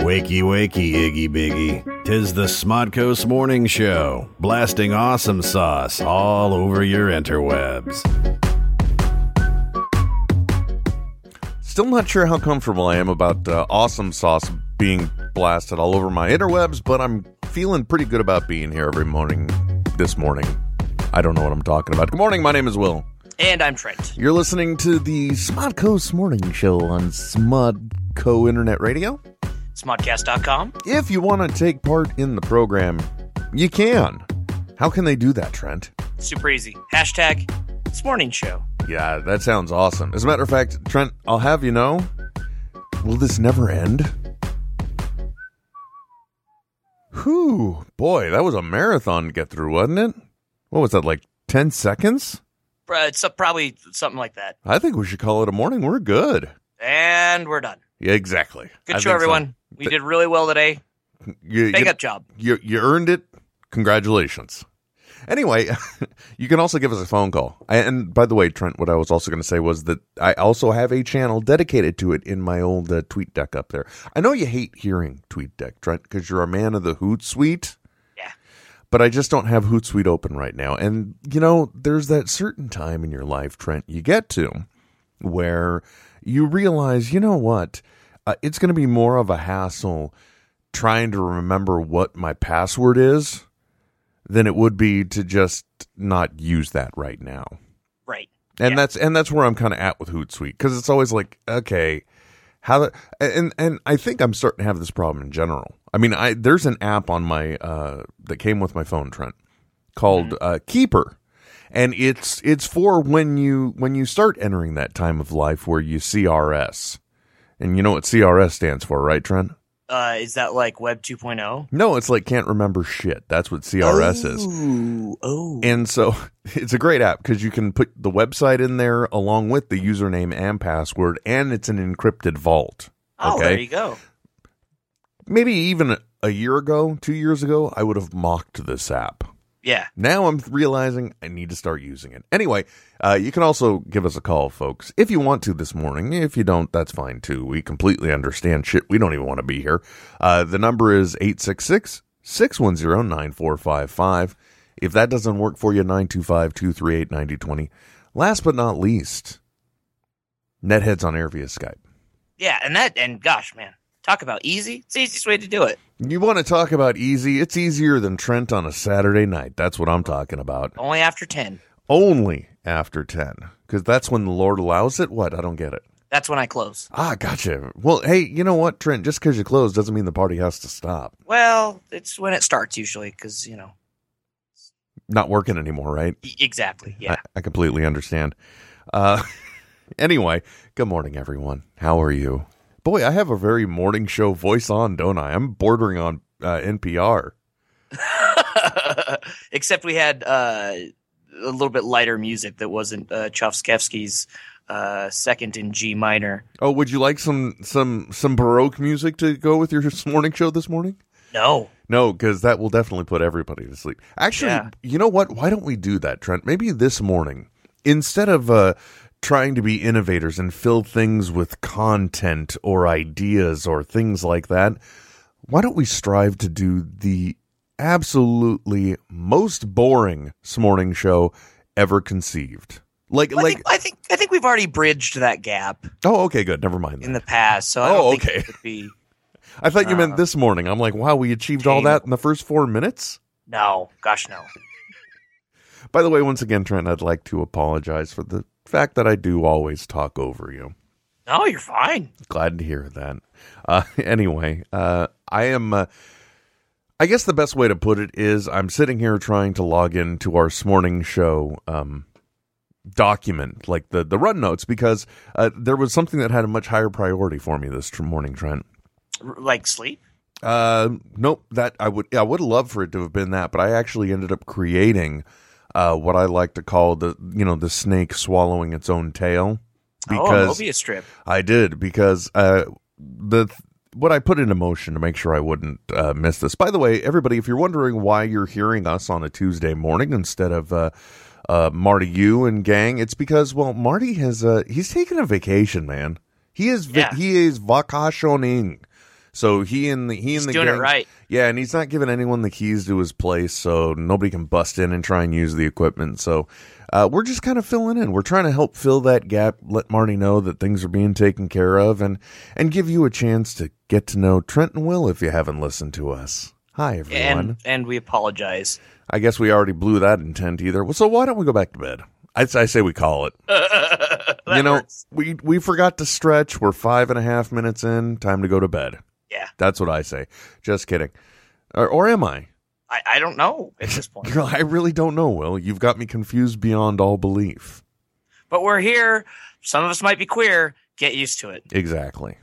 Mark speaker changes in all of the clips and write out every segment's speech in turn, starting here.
Speaker 1: Wakey, wakey, Iggy Biggy. Tis the Smodcoast Morning Show, blasting awesome sauce all over your interwebs.
Speaker 2: Still not sure how comfortable I am about uh, awesome sauce being blasted all over my interwebs, but I'm feeling pretty good about being here every morning this morning. I don't know what I'm talking about. Good morning. My name is Will.
Speaker 3: And I'm Trent.
Speaker 2: You're listening to the Smodcoast Morning Show on Smodco Internet Radio.
Speaker 3: Smodcast.com.
Speaker 2: If you want to take part in the program, you can. How can they do that, Trent?
Speaker 3: Super easy. Hashtag This Morning Show.
Speaker 2: Yeah, that sounds awesome. As a matter of fact, Trent, I'll have you know, will this never end? Whew, boy, that was a marathon to get through, wasn't it? What was that, like 10 seconds?
Speaker 3: Uh, It's uh, probably something like that.
Speaker 2: I think we should call it a morning. We're good.
Speaker 3: And we're done.
Speaker 2: Yeah, exactly.
Speaker 3: Good
Speaker 2: I
Speaker 3: show,
Speaker 2: think so.
Speaker 3: everyone. We did really well today.
Speaker 2: You,
Speaker 3: Big
Speaker 2: you-
Speaker 3: up job.
Speaker 2: you, you earned it. Congratulations. Anyway, you can also give us a phone call. And by the way, Trent, what I was also going to say was that I also have a channel dedicated to it in my old uh, tweet deck up there. I know you hate hearing tweet deck, Trent, because you're a man of the Hootsuite.
Speaker 3: Yeah.
Speaker 2: But I just don't have Hootsuite open right now. And, you know, there's that certain time in your life, Trent, you get to where you realize, you know what? Uh, it's going to be more of a hassle trying to remember what my password is than it would be to just not use that right now.
Speaker 3: Right.
Speaker 2: And
Speaker 3: Yeah.
Speaker 2: that's and that's where I'm kind of at with Hootsuite because it's always like, okay, how the, and and I think I'm starting to have this problem in general. I mean, I there's an app on my uh that came with my phone, Trent, called uh, Keeper. And it's it's for when you when you start entering that time of life where you CRS. And you know what CRS stands for, right, Trent?
Speaker 3: Uh, is that like Web oh? 2.0?
Speaker 2: No, it's like can't remember shit. That's what CRS E is.
Speaker 3: Ooh. Oh.
Speaker 2: And so it's a great app because you can put the website in there along with the username and password, and it's an encrypted vault.
Speaker 3: Oh,
Speaker 2: okay.
Speaker 3: there you go.
Speaker 2: Maybe even a year ago, two years ago, I would have mocked this app.
Speaker 3: Yeah.
Speaker 2: Now I'm realizing I need to start using it. Anyway, uh, you can also give us a call, folks, if you want to this morning. If you don't, that's fine too. We completely understand shit. We don't even want to be here. Uh, the number is 866 610 9455. If that doesn't work for you, 925 238 9020. Last but not least, Netheads on air via Skype.
Speaker 3: Yeah. And that, and gosh, man, talk about easy. It's the easiest way to do it.
Speaker 2: You want to talk about easy? It's easier than Trent on a Saturday night. That's what I'm talking about.
Speaker 3: Only after 10.
Speaker 2: only after 10 because that's when the lord allows it what i don't get it
Speaker 3: That's when I close.
Speaker 2: ah gotcha well hey you know what trent just because you close doesn't mean the party has to stop
Speaker 3: Well, it's when it starts usually because, you know,
Speaker 2: not working anymore right
Speaker 3: e- exactly. Yeah.
Speaker 2: i, I completely understand uh anyway good morning everyone how are you boy i have a very morning show voice on don't i i'm bordering on uh, npr
Speaker 3: Except we had uh, a little bit lighter music that wasn't uh, Chofsky's uh, second in G minor.
Speaker 2: oh would you like some some some baroque music to go with your morning show this morning
Speaker 3: No.
Speaker 2: No, because that will definitely put everybody to sleep. Actually,
Speaker 3: Yeah.
Speaker 2: you know what? Why don't we do that, Trent? Maybe this morning, instead of uh, trying to be innovators and fill things with content or ideas or things like that, why don't we strive to do the absolutely most boring morning show ever conceived? Like,
Speaker 3: I,
Speaker 2: like,
Speaker 3: think, I think I think we've already bridged that gap
Speaker 2: oh, okay, good. Never mind.
Speaker 3: in
Speaker 2: Then.
Speaker 3: the past, so I
Speaker 2: Oh,
Speaker 3: don't think
Speaker 2: okay.
Speaker 3: it would be
Speaker 2: I thought you meant
Speaker 3: uh,
Speaker 2: this morning. I'm like, wow, we achieved all that in the first four minutes.
Speaker 3: no. Gosh, no.
Speaker 2: By the way, once again, Trent, I'd like to apologize for the fact that I do always talk over you.
Speaker 3: No, you're fine.
Speaker 2: Glad to hear that. Uh, anyway, uh, I am. Uh, I guess the best way to put it is I'm sitting here trying to log into our morning show um, document, like the the run notes, because uh, there was something that had a much higher priority for me this tr- morning, Trent.
Speaker 3: R- Like sleep.
Speaker 2: Uh, nope. That I would I would love for it to have been that, but I actually ended up creating uh, what I like to call the you know the snake swallowing its own tail
Speaker 3: oh, a
Speaker 2: because
Speaker 3: Mobius strip.
Speaker 2: I did because uh, the what I put into motion to make sure I wouldn't uh, miss this. By the way, everybody, if you're wondering why you're hearing us on a Tuesday morning instead of uh, uh, Marty, you and gang, it's because well, Marty has uh, he's taken a vacation, man. He is va-
Speaker 3: Yeah.
Speaker 2: he is vacationing. So he and the he and
Speaker 3: He's
Speaker 2: the
Speaker 3: doing it
Speaker 2: gang-
Speaker 3: right.
Speaker 2: Yeah, and he's not giving anyone the keys to his place, so nobody can bust in and try and use the equipment. So uh, we're just kind of filling in. We're trying to help fill that gap, let Marty know that things are being taken care of, and and give you a chance to get to know Trent and Will if you haven't listened to us. Hi everyone.
Speaker 3: And and we apologize.
Speaker 2: I guess we already blew that intent either. Well, so why don't we go back to bed? I, I say we call it.
Speaker 3: That
Speaker 2: you know,
Speaker 3: works.
Speaker 2: we we forgot to stretch. We're five and a half minutes in. Time to go to bed.
Speaker 3: Yeah.
Speaker 2: that's what I say. Just kidding, or, or am I?
Speaker 3: I, I don't know at this point.
Speaker 2: I really don't know. Will you've got me confused beyond all belief?
Speaker 3: But we're here. Some of us might be queer. Get used to it.
Speaker 2: Exactly.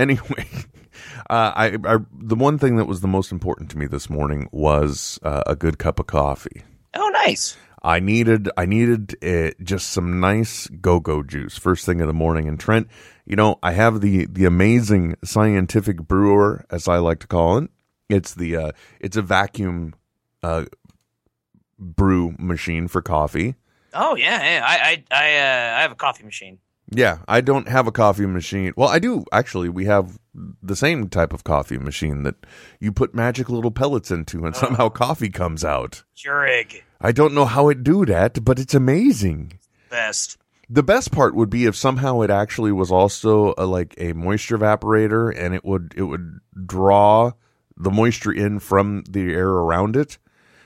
Speaker 2: Anyway, uh, I, I the one thing that was the most important to me this morning was uh, a good cup of coffee.
Speaker 3: Oh, nice.
Speaker 2: I needed I needed uh just some nice go-go juice first thing in the morning. And Trent, you know, I have the the amazing scientific brewer, as I like to call it. It's the uh, it's a vacuum uh, brew machine for coffee.
Speaker 3: Oh yeah, yeah. I I I, uh, I have a coffee machine.
Speaker 2: Yeah, I don't have a coffee machine. Well, I do actually. We have the same type of coffee machine that you put magic little pellets into, and
Speaker 3: Oh.
Speaker 2: somehow coffee comes out.
Speaker 3: Keurig,
Speaker 2: I don't know how it do that, but it's amazing.
Speaker 3: best.
Speaker 2: The best part would be if somehow it actually was also a, like a moisture evaporator, and it would it would draw the moisture in from the air around it.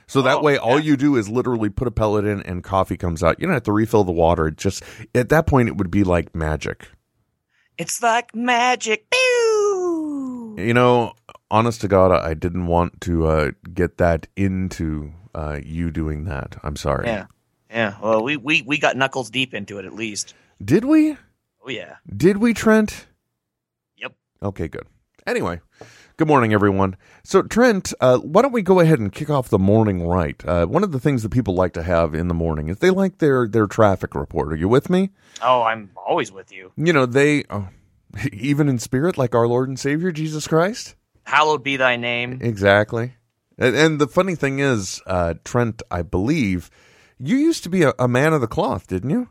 Speaker 2: So that
Speaker 3: Oh,
Speaker 2: way, all
Speaker 3: yeah.
Speaker 2: you do is literally put a pellet in, and coffee comes out. You don't have to refill the water. It just at that point, it would be like magic.
Speaker 3: It's like magic. Pew!
Speaker 2: You know, honest to God, I I didn't want to uh, get that into uh, you doing that. I'm sorry.
Speaker 3: Yeah. Yeah. Well, we we we got knuckles deep into it at least.
Speaker 2: Did we?
Speaker 3: Oh yeah.
Speaker 2: Did we, Trent?
Speaker 3: Yep.
Speaker 2: Okay, good. Anyway, good morning, everyone. So, Trent, uh, why don't we go ahead and kick off the morning right? Uh, one of the things that people like to have in the morning is they like their their traffic report. Are you with me?
Speaker 3: Oh, I'm always with you.
Speaker 2: You know, they oh, even in spirit, like our Lord and Savior Jesus Christ.
Speaker 3: Hallowed be thy name.
Speaker 2: Exactly. And, and the funny thing is, uh, Trent, I believe you used to be a, a man of the cloth, didn't you?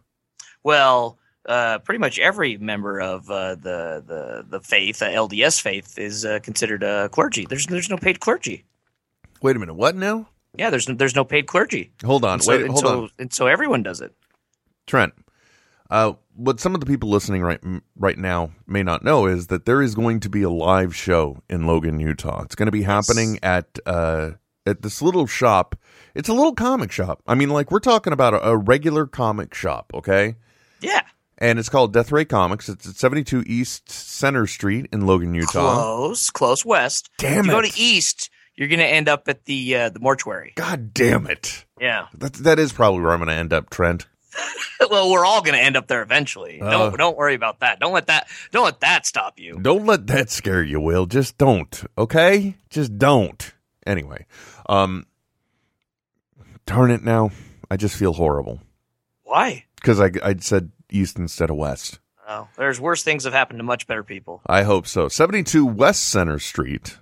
Speaker 3: Well, uh, pretty much every member of uh, the the the faith, uh, LDS faith, is uh, considered uh, clergy. There's there's no paid clergy.
Speaker 2: Wait a minute. What now?
Speaker 3: Yeah, there's no, there's no paid clergy.
Speaker 2: Hold on.
Speaker 3: And so,
Speaker 2: wait.
Speaker 3: and
Speaker 2: Hold on.
Speaker 3: so, and so everyone does it.
Speaker 2: Trent, uh, what some of the people listening right m- right now may not know is that there is going to be a live show in Logan, Utah. It's going to be happening at uh, at this little shop. It's a little comic shop. I mean, like we're talking about a, a regular comic shop, okay?
Speaker 3: Yeah.
Speaker 2: And it's called Death Ray Comics. It's at seventy two East Center Street in Logan, Utah.
Speaker 3: Close, close west.
Speaker 2: Damn
Speaker 3: if you go
Speaker 2: it.
Speaker 3: to east, you're going to end up at the uh, the mortuary.
Speaker 2: God damn it!
Speaker 3: Yeah.
Speaker 2: That that is probably where I'm going to end up, Trent.
Speaker 3: well, we're all going to end up there eventually.
Speaker 2: Uh.
Speaker 3: don't don't worry about that. Don't let that don't let that stop you.
Speaker 2: Don't let that scare you, Will. Just don't, okay? Just don't. Anyway, um, darn it now. I just feel horrible
Speaker 3: Why?
Speaker 2: because I, I said east instead of west.
Speaker 3: Oh, there's worse things have happened to much better people.
Speaker 2: I hope so. 72 West Center Street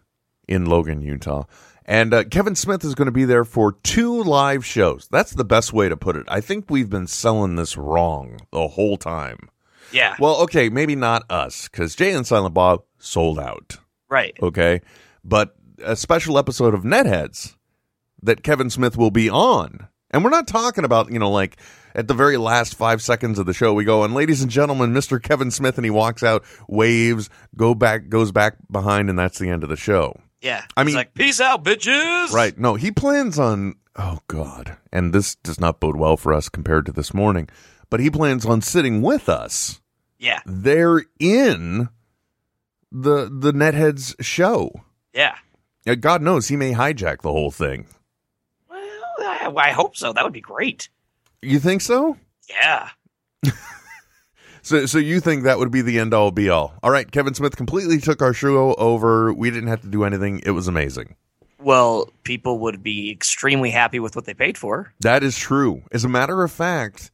Speaker 2: in Logan, Utah. And uh, Kevin Smith is going to be there for two live shows. That's the best way to put it. I think we've been selling this wrong the whole time.
Speaker 3: Yeah.
Speaker 2: Well, okay, maybe not us because Jay and Silent Bob sold out.
Speaker 3: right.
Speaker 2: okay? But a special episode of Netheads that Kevin Smith will be on. And we're not talking about, you know, like at the very last five seconds of the show, we go, and ladies and gentlemen, Mr. Kevin Smith, and he walks out, waves, go back, goes back behind, and that's the end of the show.
Speaker 3: Yeah.
Speaker 2: I
Speaker 3: It's
Speaker 2: mean-
Speaker 3: like peace out, bitches.
Speaker 2: Right. No, he plans on, oh God, and this does not bode well for us compared to this morning, but he plans on sitting with us
Speaker 3: Yeah.
Speaker 2: there in the, the Netheads show.
Speaker 3: Yeah.
Speaker 2: Yeah, God knows he may hijack the whole thing.
Speaker 3: Well, I, I hope so. That would be great.
Speaker 2: You think so?
Speaker 3: Yeah.
Speaker 2: So, so you think that would be the end all be all? All right, Kevin Smith completely took our show over. We didn't have to do anything. It was amazing.
Speaker 3: Well, people would be extremely happy with what they paid for.
Speaker 2: That is true. As a matter of fact,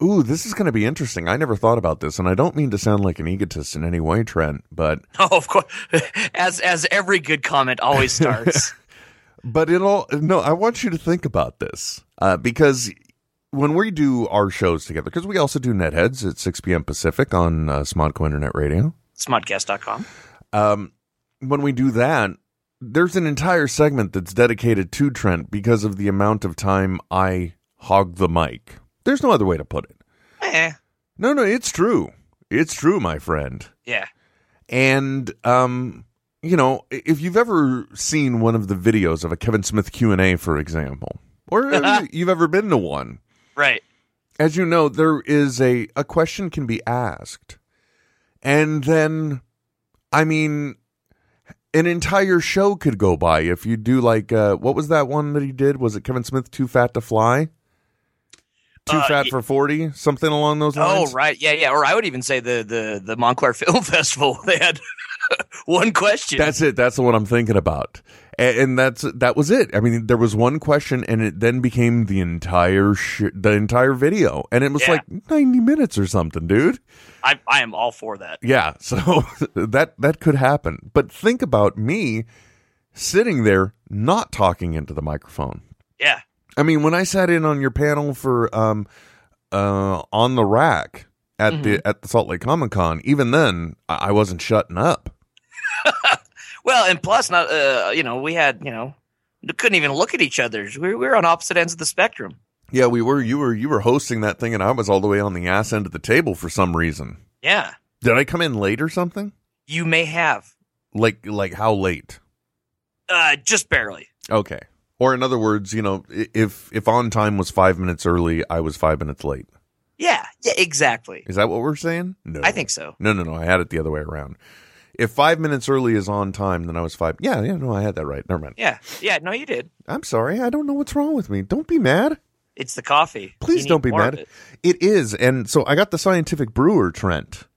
Speaker 2: ooh, this is going to be interesting. I never thought about this, and I don't mean to sound like an egotist in any way, Trent, but
Speaker 3: Oh, of course. As as every good comment always starts.
Speaker 2: But it all no, I want you to think about this uh, because when we do our shows together, because we also do Netheads at 6 p.m. Pacific on uh, Smodco Internet Radio.
Speaker 3: Smodcast.com.
Speaker 2: Um, when we do that, there's an entire segment that's dedicated to Trent because of the amount of time I hog the mic. There's no other way to put it.
Speaker 3: Eh,
Speaker 2: No, no, it's true. It's true, my friend.
Speaker 3: yeah.
Speaker 2: And um, you know, i- if you've ever seen one of the videos of a Kevin Smith Q and A, for example, or if you've ever been to one,
Speaker 3: Right.
Speaker 2: as you know, there is a a question can be asked, and then, I mean, an entire show could go by if you do like uh, what was that one that he did? Was it Kevin Smith Too Fat to Fly? Too
Speaker 3: Uh,
Speaker 2: fat
Speaker 3: y-
Speaker 2: for forty, something along those
Speaker 3: Oh,
Speaker 2: lines.
Speaker 3: right. Yeah, yeah. Or I would even say the the the Montclair Film Festival. They had one question.
Speaker 2: That's it. That's the one I'm thinking about. And, and that's that was it. I mean, there was one question, and it then became the entire sh- the entire video, and it was
Speaker 3: Yeah.
Speaker 2: like 90 minutes or something, dude.
Speaker 3: I I am all for that.
Speaker 2: Yeah. So that that could happen. But think about me sitting there not talking into the microphone.
Speaker 3: Yeah.
Speaker 2: I mean, when I sat in on your panel for um uh on the rack at the at the Salt Lake Comic Con, even then I I wasn't shutting up.
Speaker 3: Well, and plus, not uh, you know, we had you know, couldn't even look at each other. We we were on opposite ends of the spectrum.
Speaker 2: Yeah, we were. You were. You were hosting that thing, and I was all the way on the ass end of the table for some reason.
Speaker 3: Yeah,
Speaker 2: Did I come in late or something?
Speaker 3: you may have
Speaker 2: Like, like how late?
Speaker 3: uh, just barely.
Speaker 2: Okay. Or in other words, you know, i- if if on time was five minutes early, I was five minutes late.
Speaker 3: Yeah, yeah, exactly.
Speaker 2: Is that what we're saying? No,
Speaker 3: I think so.
Speaker 2: No, no, no. I had it the other way around. If five minutes early is on time, then I was five. Yeah, yeah. No, I had that right. Never mind.
Speaker 3: Yeah, yeah. No, you did.
Speaker 2: I'm sorry. I don't know what's wrong with me. Don't be mad.
Speaker 3: It's the coffee.
Speaker 2: Please
Speaker 3: You need
Speaker 2: don't be
Speaker 3: more
Speaker 2: mad.
Speaker 3: of it.
Speaker 2: It is. And so I got the scientific brewer, Trent.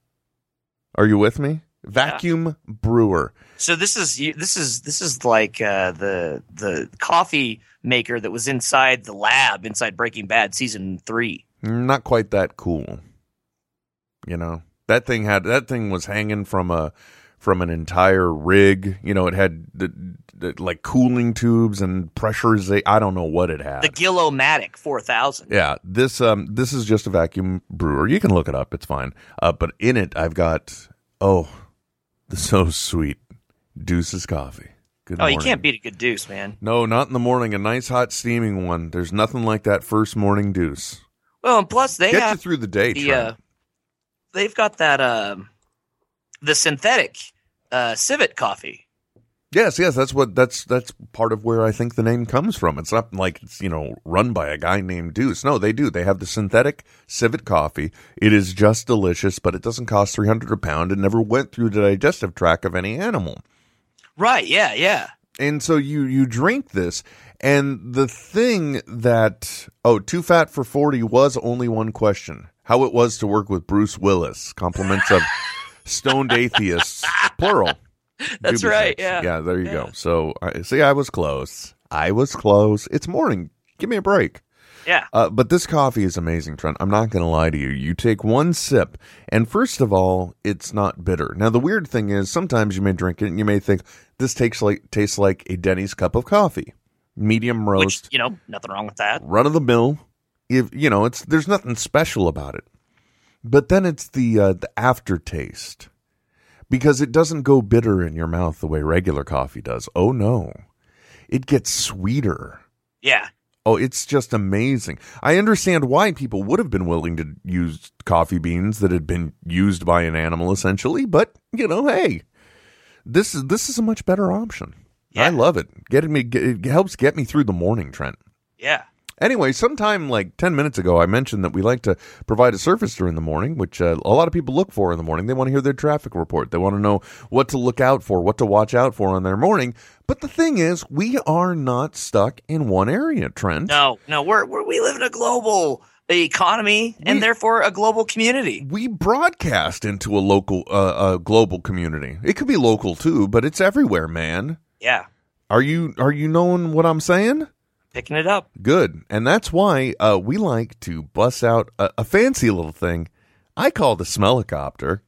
Speaker 2: Are you with me? Vacuum brewer.
Speaker 3: So this is you- this is this is like uh, the the coffee maker that was inside the lab inside Breaking Bad season three.
Speaker 2: Not quite that cool. You know? That thing had that thing was hanging from a from an entire rig. You know, it had the, the like cooling tubes and pressurization. I don't know what it had.
Speaker 3: The Gillomatic four thousand.
Speaker 2: Yeah, this um this is just a vacuum brewer. You can look it up; it's fine. Uh, but in it, I've got oh, the so sweet Deuces coffee. Good
Speaker 3: Oh, you
Speaker 2: morning.
Speaker 3: can't beat a good deuce, man.
Speaker 2: No, not in the morning. A nice hot steaming one. There's nothing like that first morning deuce.
Speaker 3: Well, and plus they
Speaker 2: Get
Speaker 3: have
Speaker 2: you through the day.
Speaker 3: the
Speaker 2: Trent.
Speaker 3: uh, they've got that um the synthetic uh civet coffee
Speaker 2: yes, yes, that's what that's that's part of where I think the name comes from. It's not like it's you know run by a guy named Deuce. No, they do. They have the synthetic civet coffee. It is just delicious, but it doesn't cost three hundred a pound. It never went through the digestive tract of any animal.
Speaker 3: right yeah yeah
Speaker 2: and so you you drink this and the thing that oh too fat for 40 was only one question how it was to work with bruce willis compliments of stoned atheists plural
Speaker 3: That's
Speaker 2: Doobie
Speaker 3: right,
Speaker 2: Snacks.
Speaker 3: yeah.
Speaker 2: yeah there you go
Speaker 3: Yeah.
Speaker 2: so I see i was close i was close it's morning give me a break
Speaker 3: yeah
Speaker 2: uh, but this coffee is amazing, Trent. I'm not going to lie to you. You take one sip, and first of all, it's not bitter. Now, the weird thing is, sometimes you may drink it and you may think this takes like tastes like a Denny's cup of coffee, medium
Speaker 3: which
Speaker 2: roast,
Speaker 3: you know nothing wrong with that
Speaker 2: run of the mill. If you know, it's there's nothing special about it. But then it's the uh, the aftertaste because it doesn't go bitter in your mouth the way regular coffee does. Oh no, it gets sweeter.
Speaker 3: yeah
Speaker 2: Oh, it's just amazing. I understand why people would have been willing to use coffee beans that had been used by an animal essentially, but you know, hey, this is this is a much better option. I
Speaker 3: Yeah.
Speaker 2: love it. Getting me it helps get me through the morning, Trent.
Speaker 3: yeah
Speaker 2: Anyway, sometime like 10 minutes ago, I mentioned that we like to provide a service during the morning, which uh, a lot of people look for in the morning. They want to hear their traffic report. They want to know what to look out for, what to watch out for on their morning. But the thing is, we are not stuck in one area, Trent.
Speaker 3: no no we're, we're we live in a global economy and
Speaker 2: We-
Speaker 3: therefore a global community
Speaker 2: we broadcast into a local uh, a global community it could be local too but it's everywhere man
Speaker 3: yeah
Speaker 2: are you are you knowing what i'm saying
Speaker 3: picking it up
Speaker 2: good and that's why uh, we like to bust out a, a fancy little thing i call the smellicopter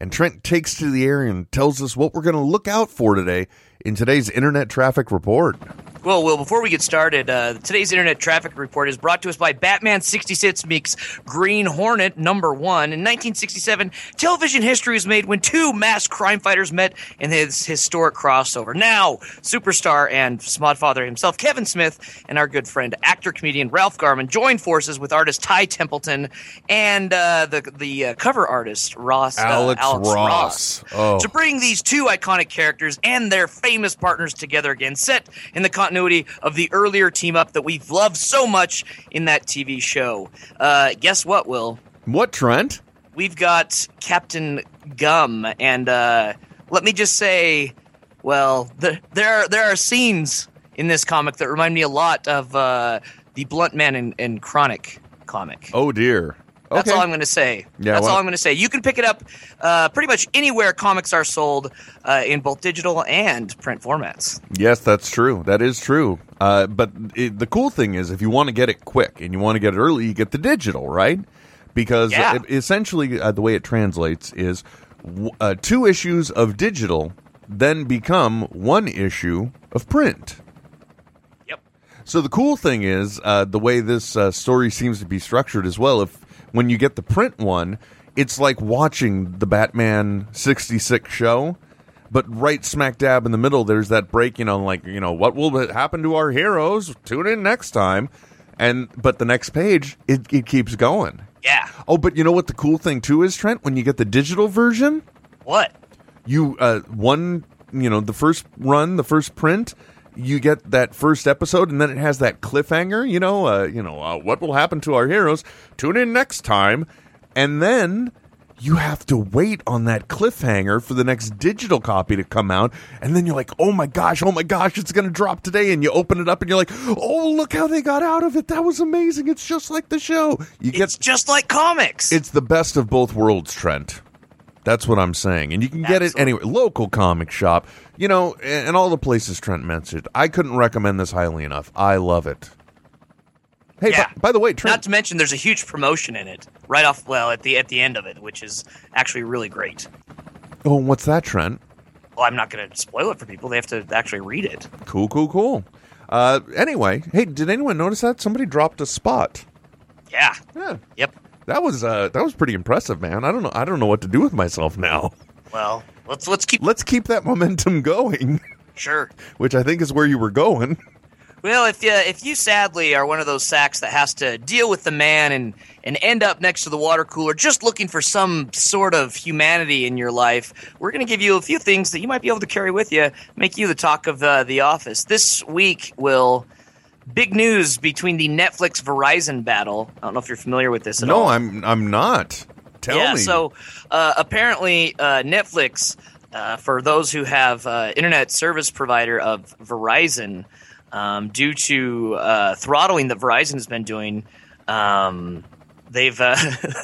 Speaker 2: and trent takes to the air and tells us what we're going to look out for today in today's internet traffic report
Speaker 3: Well, Will, before we get started, uh, today's internet traffic report is brought to us by Batman 66 Meek's Green Hornet number one. In 1967, television history was made when two masked crime fighters met in his historic crossover. Now, superstar and Smodfather himself, Kevin Smith, and our good friend, actor comedian Ralph Garman, joined forces with artist Ty Templeton and uh, the, the uh, cover artist, Ross uh,
Speaker 2: Alex, Ross. Oh,
Speaker 3: to bring these two iconic characters and their famous partners together again, set in the continuity of the earlier team up that we've loved so much in that TV show. Uh, guess what, Will?
Speaker 2: what Trent?
Speaker 3: We've got Captain Gum, and uh, let me just say, well, th- there are, there are scenes in this comic that remind me a lot of uh, the Blunt Man and, and Chronic comic.
Speaker 2: Oh dear. Okay.
Speaker 3: That's all I'm going to say.
Speaker 2: Yeah,
Speaker 3: That's
Speaker 2: well-
Speaker 3: all I'm going to say. You can pick it up uh, pretty much anywhere comics are sold uh, in both digital and print formats.
Speaker 2: Yes, that's true. That is true. Uh, but it, the cool thing is, if you want to get it quick and you want to get it early, you get the digital, right? Because
Speaker 3: Yeah.
Speaker 2: e- essentially, uh, the way it translates is w- uh, two issues of digital then become one issue of print.
Speaker 3: Yep.
Speaker 2: So the cool thing is uh, the way this uh, story seems to be structured as well. If when you get the print one, it's like watching the Batman '66 show, but right smack dab in the middle, there's that break. You know, like you know what will happen to our heroes. Tune in next time, and but the next page it, it keeps going.
Speaker 3: Yeah.
Speaker 2: Oh, but you know what the cool thing too is, Trent? When you get the digital version,
Speaker 3: What?
Speaker 2: you uh one you know the first run the first print you get that first episode and then it has that cliffhanger you know uh you know uh, what will happen to our heroes tune in next time and then you have to wait on that cliffhanger for the next digital copy to come out and then you're like oh my gosh oh my gosh it's going to drop today and you open it up and you're like oh look how they got out of it that was amazing it's just like the show you get
Speaker 3: It's just like comics.
Speaker 2: it's the best of both worlds, Trent. That's what I'm saying. And you can get
Speaker 3: Absolutely.
Speaker 2: it anywhere. Local comic shop, you know, and and all the places Trent mentioned. I couldn't recommend this highly enough. I love it. Hey,
Speaker 3: Yeah.
Speaker 2: by, by the way,
Speaker 3: Not
Speaker 2: Trent,
Speaker 3: to mention, there's a huge promotion in it right off. Well, at the at the end of it, which is actually really great.
Speaker 2: oh, what's that, Trent?
Speaker 3: Well, I'm not going to spoil it for people. They have to actually read it.
Speaker 2: Cool, cool, cool. Uh, anyway, hey, did anyone notice that somebody dropped a spot?
Speaker 3: Yeah.
Speaker 2: Yeah,
Speaker 3: Yep.
Speaker 2: that was uh, that was pretty impressive, man. I don't know, I don't know what to do with myself now.
Speaker 3: Well, let's let's keep
Speaker 2: Let's keep that momentum going,
Speaker 3: sure.
Speaker 2: which I think is where you were going.
Speaker 3: Well, if you if you sadly are one of those sacks that has to deal with the man and and end up next to the water cooler just looking for some sort of humanity in your life, we're going to give you a few things that you might be able to carry with you, make you the talk of uh, the office. This week will big news between the Netflix Verizon battle. I don't know if you're familiar with this at all
Speaker 2: No, I'm I'm not. Tell
Speaker 3: yeah,
Speaker 2: me.
Speaker 3: so uh, apparently uh, Netflix, uh, for those who have uh, internet service provider of Verizon, um, due to uh, throttling that Verizon has been doing, um, they've uh,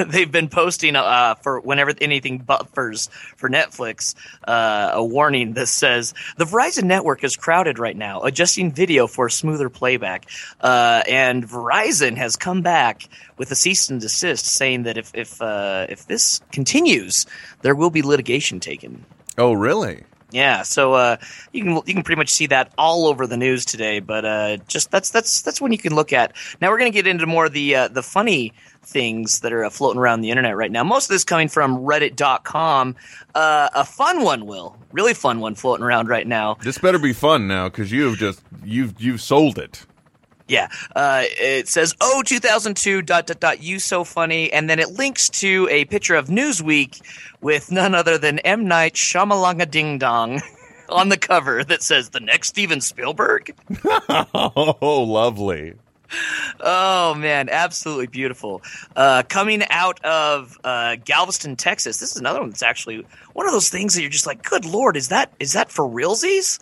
Speaker 3: they've been posting uh, for whenever anything buffers for Netflix uh, a warning that says the Verizon network is crowded right now, adjusting video for smoother playback. Uh, and Verizon has come back with a cease and desist, saying that if if uh, if this continues, there will be litigation taken.
Speaker 2: Oh, really?
Speaker 3: Yeah, so uh, you can you can pretty much see that all over the news today. But uh, just that's that's that's when you can look at. Now we're going to get into more of the uh, the funny things that are uh, floating around the internet right now. Most of this coming from Reddit.com. Uh, a fun one, will really fun one floating around right now.
Speaker 2: This better be fun now because you've just you've you've sold it.
Speaker 3: Yeah. Uh, it says, oh, 2002, dot, dot, dot, you so funny. And then it links to a picture of Newsweek with none other than M. Night Shyamalanga Ding Dong on the cover that says, the next Steven Spielberg?
Speaker 2: oh, lovely.
Speaker 3: Oh, man. Absolutely beautiful. Uh, coming out of uh, Galveston, Texas. This is another one that's actually one of those things that you're just like, good Lord, is that is that for realsies?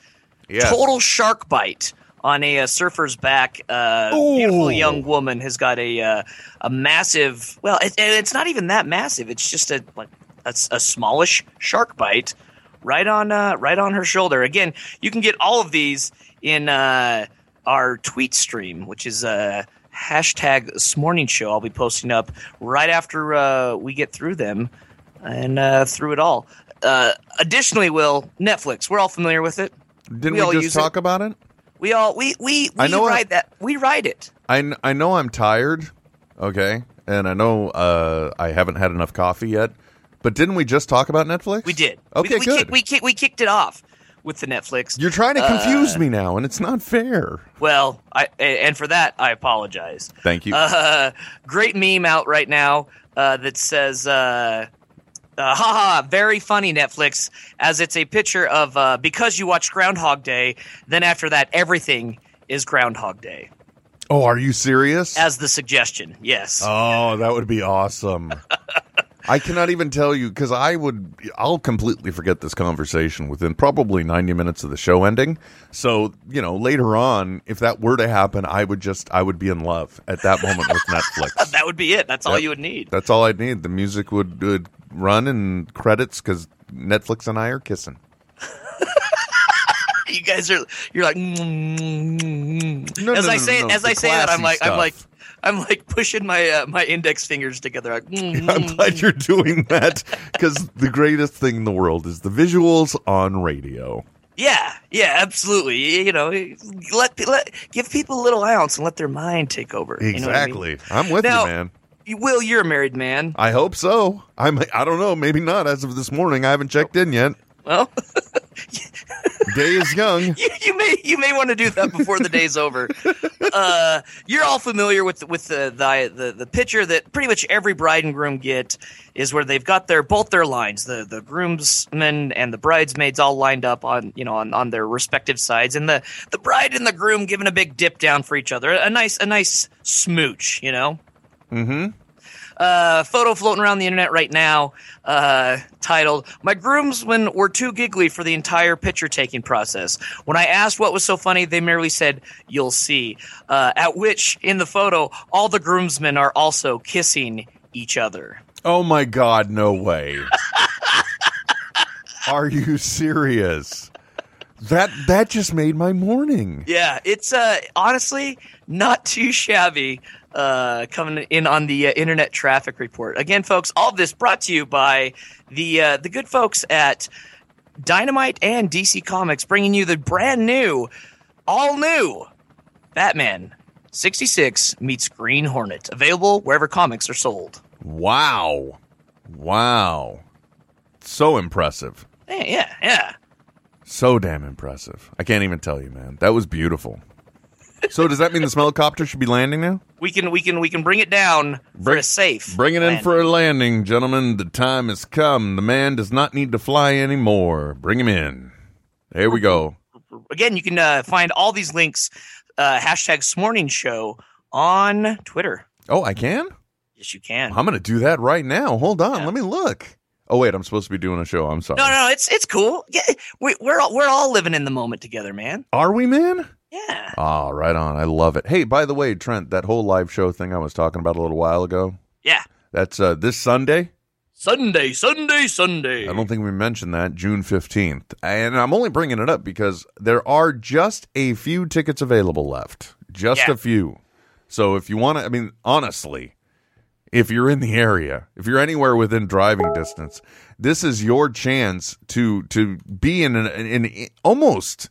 Speaker 2: Yes.
Speaker 3: total shark bite on a, uh surfer's back. Uh, beautiful
Speaker 2: Ooh.
Speaker 3: young woman has got a uh, a massive. Well, it, and it's not even that massive. It's just a like a, s- a smallish shark bite right on uh, right on her shoulder. Again, you can get all of these in uh, our tweet stream, which is uh, hashtag this morning show. I'll be posting up right after uh, we get through them and uh, through it all. Uh, additionally, will Netflix? We're all familiar with it.
Speaker 2: Didn't
Speaker 3: we all
Speaker 2: we,
Speaker 3: use
Speaker 2: just talk about it?
Speaker 3: We all we we, we
Speaker 2: I know
Speaker 3: ride
Speaker 2: I-
Speaker 3: that. We ride it.
Speaker 2: I, kn- I know I'm tired, okay, and I know uh, I haven't had enough coffee yet. But didn't we just talk about Netflix?
Speaker 3: We did.
Speaker 2: Okay,
Speaker 3: we, we
Speaker 2: good.
Speaker 3: Kicked, we Uh, kicked, we kicked it off with the Netflix.
Speaker 2: You're trying to confuse me now, and it's not fair.
Speaker 3: well, I and and for that I apologize.
Speaker 2: Thank you.
Speaker 3: Uh, great meme out right now uh, that says, uh, uh, haha, very funny Netflix, as it's a picture of uh, because you watched Groundhog Day, then after that, everything is Groundhog Day,
Speaker 2: oh, are you serious?
Speaker 3: as the suggestion. Yes.
Speaker 2: oh, that would be awesome. I cannot even tell you because I would. I'll completely forget this conversation within probably 90 minutes of the show ending. So you know, later on, if that were to happen, I would just I would be in love at that moment with Netflix.
Speaker 3: that would be it. That's all
Speaker 2: Yep.
Speaker 3: you would need.
Speaker 2: That's all I'd need. The music would, would run and credits because Netflix and I are kissing.
Speaker 3: You guys are you're like mm
Speaker 2: No,
Speaker 3: as
Speaker 2: no,
Speaker 3: I
Speaker 2: no,
Speaker 3: say
Speaker 2: no,
Speaker 3: as
Speaker 2: the
Speaker 3: I say that I'm
Speaker 2: classy
Speaker 3: like
Speaker 2: stuff.
Speaker 3: I'm like I'm like pushing my uh, my index fingers together like mm
Speaker 2: I'm glad you're doing that because the greatest thing in the world is the visuals on radio.
Speaker 3: Yeah, yeah, absolutely. You- You know, let let give people a little ounce and let their mind take over. You know what I mean?
Speaker 2: Exactly. I'm with
Speaker 3: Now-
Speaker 2: you, man.
Speaker 3: You- Will, you're a married man.
Speaker 2: I hope so. I'm. I don't know. Maybe not. As of this morning, I haven't checked in yet.
Speaker 3: Well,
Speaker 2: Day is young.
Speaker 3: you, you may you may want to do that before the day's over. Uh, you're all familiar with with the, the the the picture that pretty much every bride and groom get is where they've got their both their lines, the the groomsmen and the bridesmaids all lined up on you know on, on their respective sides, and the the bride and the groom giving a big dip down for each other, a nice a nice smooch, you know.
Speaker 2: Mm-hmm.
Speaker 3: uh, photo floating around the internet right now uh, titled my groomsmen were too giggly for the entire picture taking process when i asked what was so funny they merely said you'll see uh, at which in the photo all the groomsmen are also kissing each other
Speaker 2: Oh my God! No way. are you serious? That that just made my morning.
Speaker 3: yeah it's uh, honestly not too shabby uh, coming in on the uh, internet traffic report again folks all this brought to you by the uh, the good folks at Dynamite and DC Comics bringing you the brand new, all new Batman 66 meets Green Hornet. Available wherever comics are sold.
Speaker 2: Wow. Wow. So impressive.
Speaker 3: Yeah, yeah, yeah.
Speaker 2: So damn impressive. I can't even tell you, man. That was beautiful. So does that mean the smellicopter should be landing now?
Speaker 3: We can we can we can bring it down for
Speaker 2: Bring-
Speaker 3: a safe.
Speaker 2: Bring it in
Speaker 3: landing.
Speaker 2: for a landing, gentlemen. The time has come. The man does not need to fly anymore. Bring him in. There we go.
Speaker 3: again. You can uh, find all these links uh, hashtag Smorning Show on Twitter.
Speaker 2: Oh, I can?
Speaker 3: Yes, you can.
Speaker 2: I'm gonna do that right now. Hold on,
Speaker 3: Yeah.
Speaker 2: let me look. Oh wait, I'm supposed to be doing a show. I'm sorry.
Speaker 3: No, no, it's it's cool. Yeah, we, we're all, we're all living in the moment together, man.
Speaker 2: Are we, man?
Speaker 3: Yeah.
Speaker 2: Ah, right on. I love it. Hey, by the way, Trent, that whole live show thing I was talking about a little while ago.
Speaker 3: Yeah.
Speaker 2: That's uh, this Sunday.
Speaker 3: Sunday, Sunday, Sunday.
Speaker 2: I don't think we mentioned that June fifteenth, and I'm only bringing it up because there are just a few tickets available left, just
Speaker 3: Yeah.
Speaker 2: a few. So if you want to, I mean, honestly, if you're in the area, if you're anywhere within driving distance, this is your chance to to be in an, in an almost,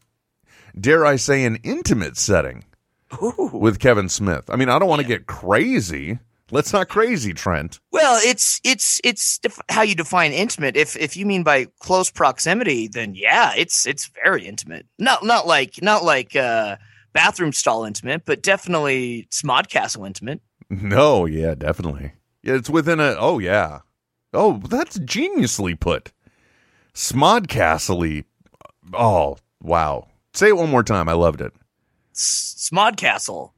Speaker 2: dare I say, an intimate setting
Speaker 3: Ooh.
Speaker 2: with Kevin Smith. I mean, I don't want to get crazy. Let's not crazy, Trent.
Speaker 3: Well, it's it's it's def- how you define intimate. If if you mean by close proximity, then yeah, it's it's very intimate. Not not like not like uh, bathroom stall intimate, but definitely Smodcastle intimate.
Speaker 2: No, yeah, definitely. Yeah, it's within a. Oh yeah. Oh, that's geniusly put. Smodcastle. Oh wow. Say it one more time. I loved it.
Speaker 3: S- Smodcastle.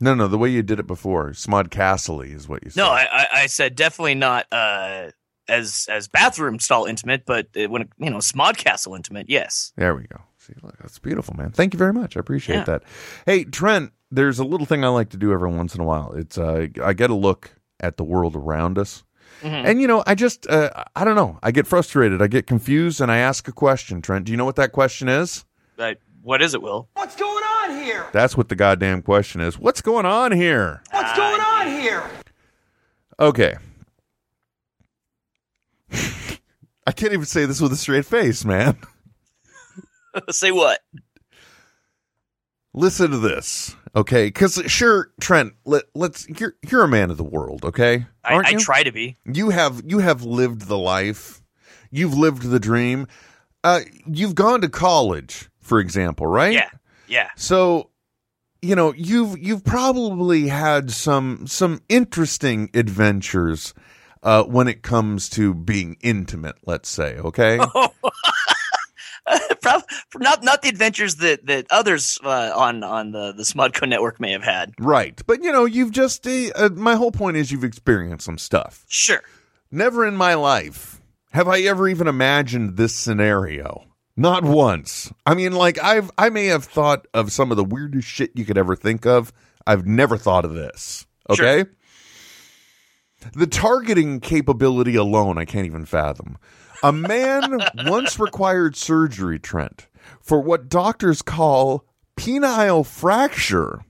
Speaker 2: No, no, the way you did it before. Smodcastle is what you said.
Speaker 3: No, I, I I said definitely not uh, as as bathroom stall intimate, but uh, when you know Smodcastle intimate, yes.
Speaker 2: There we go. See, look, that's beautiful, man. Thank you very much. I appreciate
Speaker 3: Yeah.
Speaker 2: that. Hey, Trent, there's a little thing I like to do every once in a while. It's uh, I get a look at the world around us.
Speaker 3: Mhm.
Speaker 2: And you know, I just uh, I don't know. I get frustrated. I get confused, and I ask a question. Trent, do you know what that question is?
Speaker 3: But what is it, Will?
Speaker 4: What's going on here?
Speaker 2: That's what the goddamn question is. What's going on here?
Speaker 4: What's going on here?
Speaker 2: Okay. I can't even say this with a straight face, man.
Speaker 3: Say what?
Speaker 2: listen to this, okay? Because sure, Trent, let, let's you're you're a man of the world, okay?
Speaker 3: I,
Speaker 2: Aren't
Speaker 3: I
Speaker 2: you?
Speaker 3: try to be.
Speaker 2: you have you have lived the life you've lived the dream uh you've gone to college for example right
Speaker 3: Yeah. Yeah.
Speaker 2: so you know you've you've probably had some some interesting adventures uh when it comes to being intimate let's say okay
Speaker 3: Prob- not not the adventures that that others uh, on on the the Smodco network may have had.
Speaker 2: right but you know you've just uh, uh, my whole point is you've experienced some stuff
Speaker 3: Sure.
Speaker 2: never in my life have i ever even imagined this scenario Not once. I mean, like I've I may have thought of some of the weirdest shit you could ever think of. I've never thought of this. Okay. The targeting capability alone, I can't even fathom. A man once required surgery, Trent, for what doctors call penile fracture.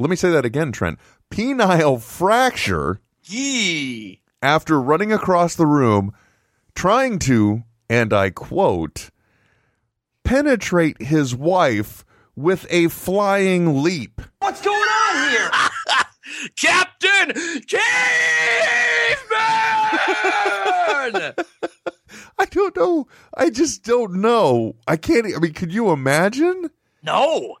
Speaker 2: Let me say that again, Trent. Penile fracture
Speaker 3: Yee.
Speaker 2: after running across the room, trying to, and I quote, penetrate his wife with a flying leap.
Speaker 4: What's going on here?
Speaker 3: Captain Caveman.
Speaker 2: I don't know. I just don't know. I can't. e, I mean, could you imagine?
Speaker 3: no.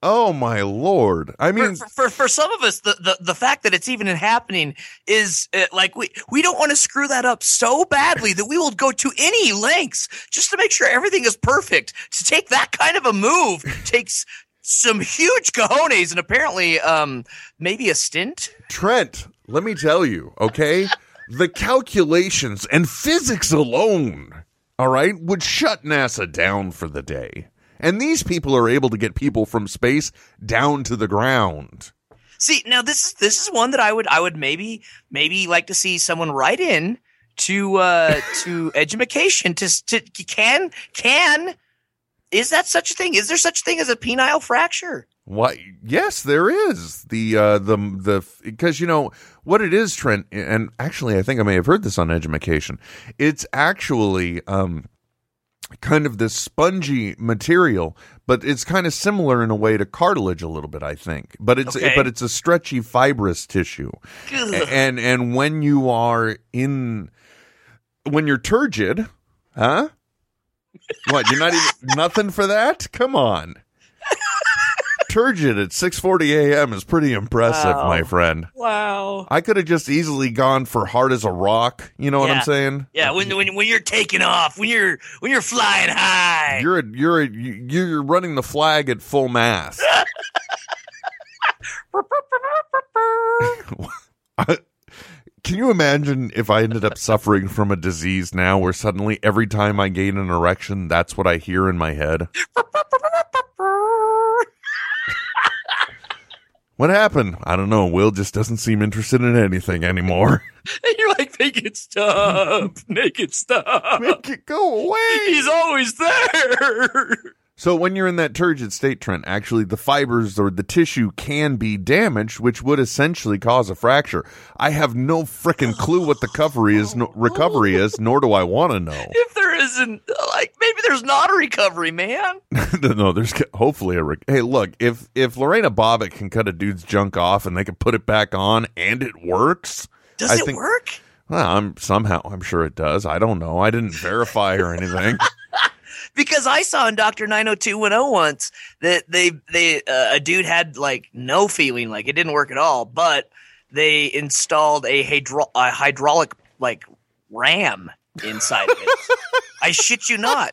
Speaker 2: Oh my lord! I mean,
Speaker 3: for, for for some of us, the, the, the fact that it's even happening is uh, like we we don't want to screw that up so badly that we will go to any lengths just to make sure everything is perfect. To take that kind of a move takes some huge cojones and apparently um maybe a stint.
Speaker 2: Trent, let me tell you, okay? the calculations and physics alone, all right, would shut NASA down for the day. And these people are able to get people from space down to the ground.
Speaker 3: See, now this is this is one that I would I would maybe maybe like to see someone write in to uh to edumacation to s- to can can is that such a thing? Is there such a thing as a penile fracture?
Speaker 2: Why? Yes, there is the uh, the the because you know what it is, Trent. And actually, I think I may have heard this on Edumacation. It's actually um, kind of this spongy material, but it's kind of similar in a way to cartilage a little bit, I think. But it's
Speaker 3: Okay.
Speaker 2: but it's a stretchy, fibrous tissue,
Speaker 3: Ugh.
Speaker 2: and and when you are in when you're turgid, huh? What you're not even nothing for that? Come on. Turgid at 6:40 a.m. is pretty impressive,
Speaker 3: Wow.
Speaker 2: my friend.
Speaker 3: Wow.
Speaker 2: I could have just easily gone for hard as a rock. You know what I'm
Speaker 3: Yeah.
Speaker 2: saying?
Speaker 3: Yeah, when, when when you're taking off, when you're when you're flying high.
Speaker 2: You're a, you're a, you- you're running the flag at full mast. Can you imagine if I ended up suffering from a disease now where suddenly every time I gain an erection, that's what I hear in my head? What happened? I don't know. Will just doesn't seem interested in anything anymore.
Speaker 3: and you're like, make it stop, make it stop.
Speaker 2: Make it go away.
Speaker 3: He's always there.
Speaker 2: So when you're in that turgid state, Trent, actually the fibers or the tissue can be damaged, which would essentially cause a fracture. I have no frickin' clue what the cover is, no, recovery is, nor do I want to know.
Speaker 3: if there isn't like maybe there's not a recovery man
Speaker 2: no, there's ca- hopefully a. Rec- hey, look, if if Lorena Bobbitt can cut a dude's junk off and they can put it back on and it works,
Speaker 3: does
Speaker 2: I
Speaker 3: it
Speaker 2: think-
Speaker 3: work
Speaker 2: well, I'm somehow I'm sure it does. I don't know. I didn't verify or anything.
Speaker 3: because i saw in oh dr 90210 once that they they uh, a dude had like no feeling like it didn't work at all but they installed a, hydro- a hydraulic like ram inside of it i shit you not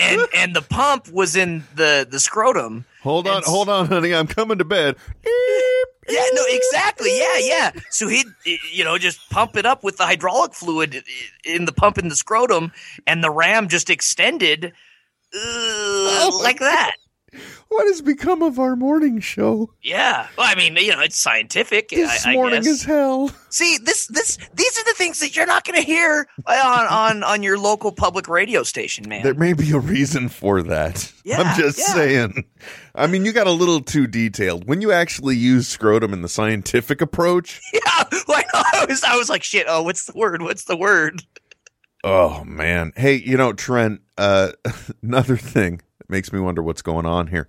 Speaker 3: and and the pump was in the the scrotum
Speaker 2: hold on,
Speaker 3: It's-
Speaker 2: hold on, honey. I'm coming to bed.
Speaker 3: Yeah, no, exactly. Yeah, yeah. So he'd, you know, just pump it up with the hydraulic fluid in the pump in the scrotum, and the ram just extended uh,
Speaker 2: my
Speaker 3: like that.
Speaker 2: What has become of our morning show?
Speaker 3: Yeah. Well, I mean, you know, it's scientific.
Speaker 2: This
Speaker 3: I, I
Speaker 2: morning
Speaker 3: guess.
Speaker 2: is hell.
Speaker 3: See, this, this, these are the things that you're not going to hear on on on your local public radio station, man.
Speaker 2: There may be a reason for that.
Speaker 3: Yeah,
Speaker 2: I'm just
Speaker 3: yeah.
Speaker 2: saying. I mean, you got a little too detailed. When you actually use scrotum in the scientific approach,
Speaker 3: yeah. Like, I was, I was like, shit. Oh, what's the word? What's the word?
Speaker 2: Oh man. Hey, you know, Trent, uh another thing that makes me wonder what's going on here.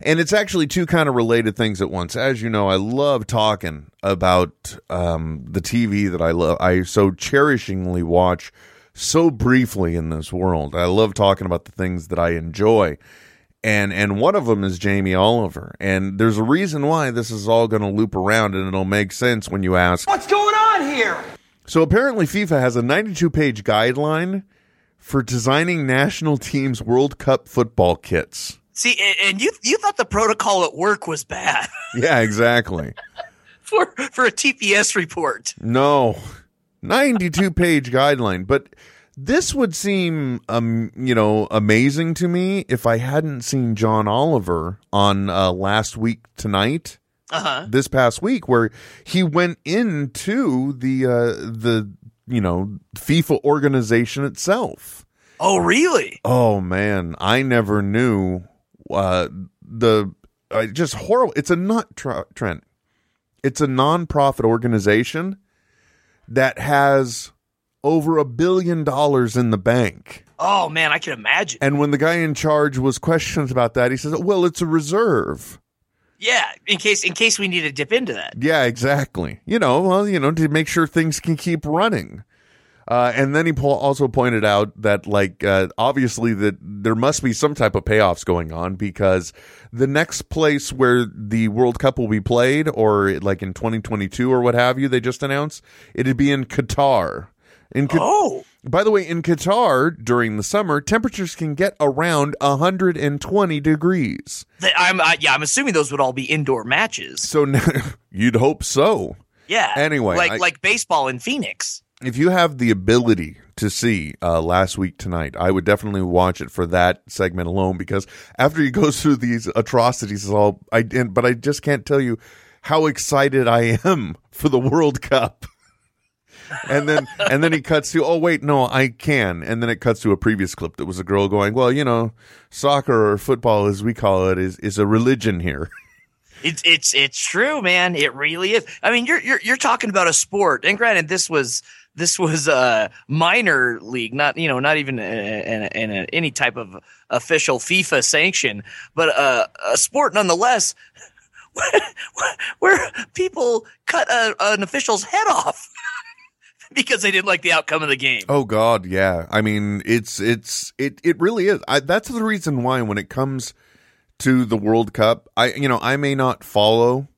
Speaker 2: And it's actually two kind of related things at once. As you know, I love talking about um, the TV that I love. I so cherishingly watch so briefly in this world. I love talking about the things that I enjoy. And and one of them is Jamie Oliver. And there's a reason why this is all going to loop around and it'll make sense when you ask.
Speaker 4: What's going on here?
Speaker 2: So apparently FIFA has a 92-page guideline for designing national teams World Cup football kits.
Speaker 3: See, a- and you you thought the protocol at work was bad
Speaker 2: Yeah, exactly.
Speaker 3: for for a TPS report.
Speaker 2: No, 92 page guideline. But this would seem, um, you know, amazing to me if I hadn't seen John Oliver on uh, last week tonight,
Speaker 3: Uh huh.
Speaker 2: this past week, where he went into the uh, the you know FIFA organization itself.
Speaker 3: Oh, really?
Speaker 2: Oh man, I never knew uh, the uh, just horrible. It's a nut tr- trend. It's a nonprofit organization that has over a billion dollars in the bank.
Speaker 3: Oh man, I can imagine.
Speaker 2: And when the guy in charge was questioned about that, he says, "Well, it's a reserve."
Speaker 3: Yeah, in case in case we need to dip into that.
Speaker 2: Yeah, exactly. You know, well, you know, to make sure things can keep running. Uh, and then he po- also pointed out that, like, uh, obviously that there must be some type of payoffs going on because the next place where the World Cup will be played, or like in 2022 or what have you, they just announced it'd be in Qatar. In Q-
Speaker 3: Oh,
Speaker 2: by the way, in Qatar during the summer, temperatures can get around 120 degrees.
Speaker 3: th- I'm I, yeah. I'm assuming those would all be indoor matches.
Speaker 2: So now, you'd hope so.
Speaker 3: Yeah.
Speaker 2: Anyway,
Speaker 3: like
Speaker 2: I-
Speaker 3: like baseball in Phoenix.
Speaker 2: if you have the ability to see uh, last week tonight, I would definitely watch it for that segment alone because after he goes through these atrocities, it's all I didn't, but I just can't tell you how excited I am for the World Cup. and then and then he cuts to oh wait no I can and then it cuts to a previous clip that was a girl going well you know soccer or football as we call it is is a religion here
Speaker 3: It's it's it's true, man. It really is. I mean, you're you're you're talking about a sport, and granted, this was this was a minor league, not you know, not even in, in, in any type of official FIFA sanction, but uh, a sport nonetheless, where, where people cut a, an official's head off because they didn't like the outcome of the game.
Speaker 2: Oh God, yeah. I mean, it's it's it it really is. I, that's the reason why when it comes to the World Cup, I you know I may not follow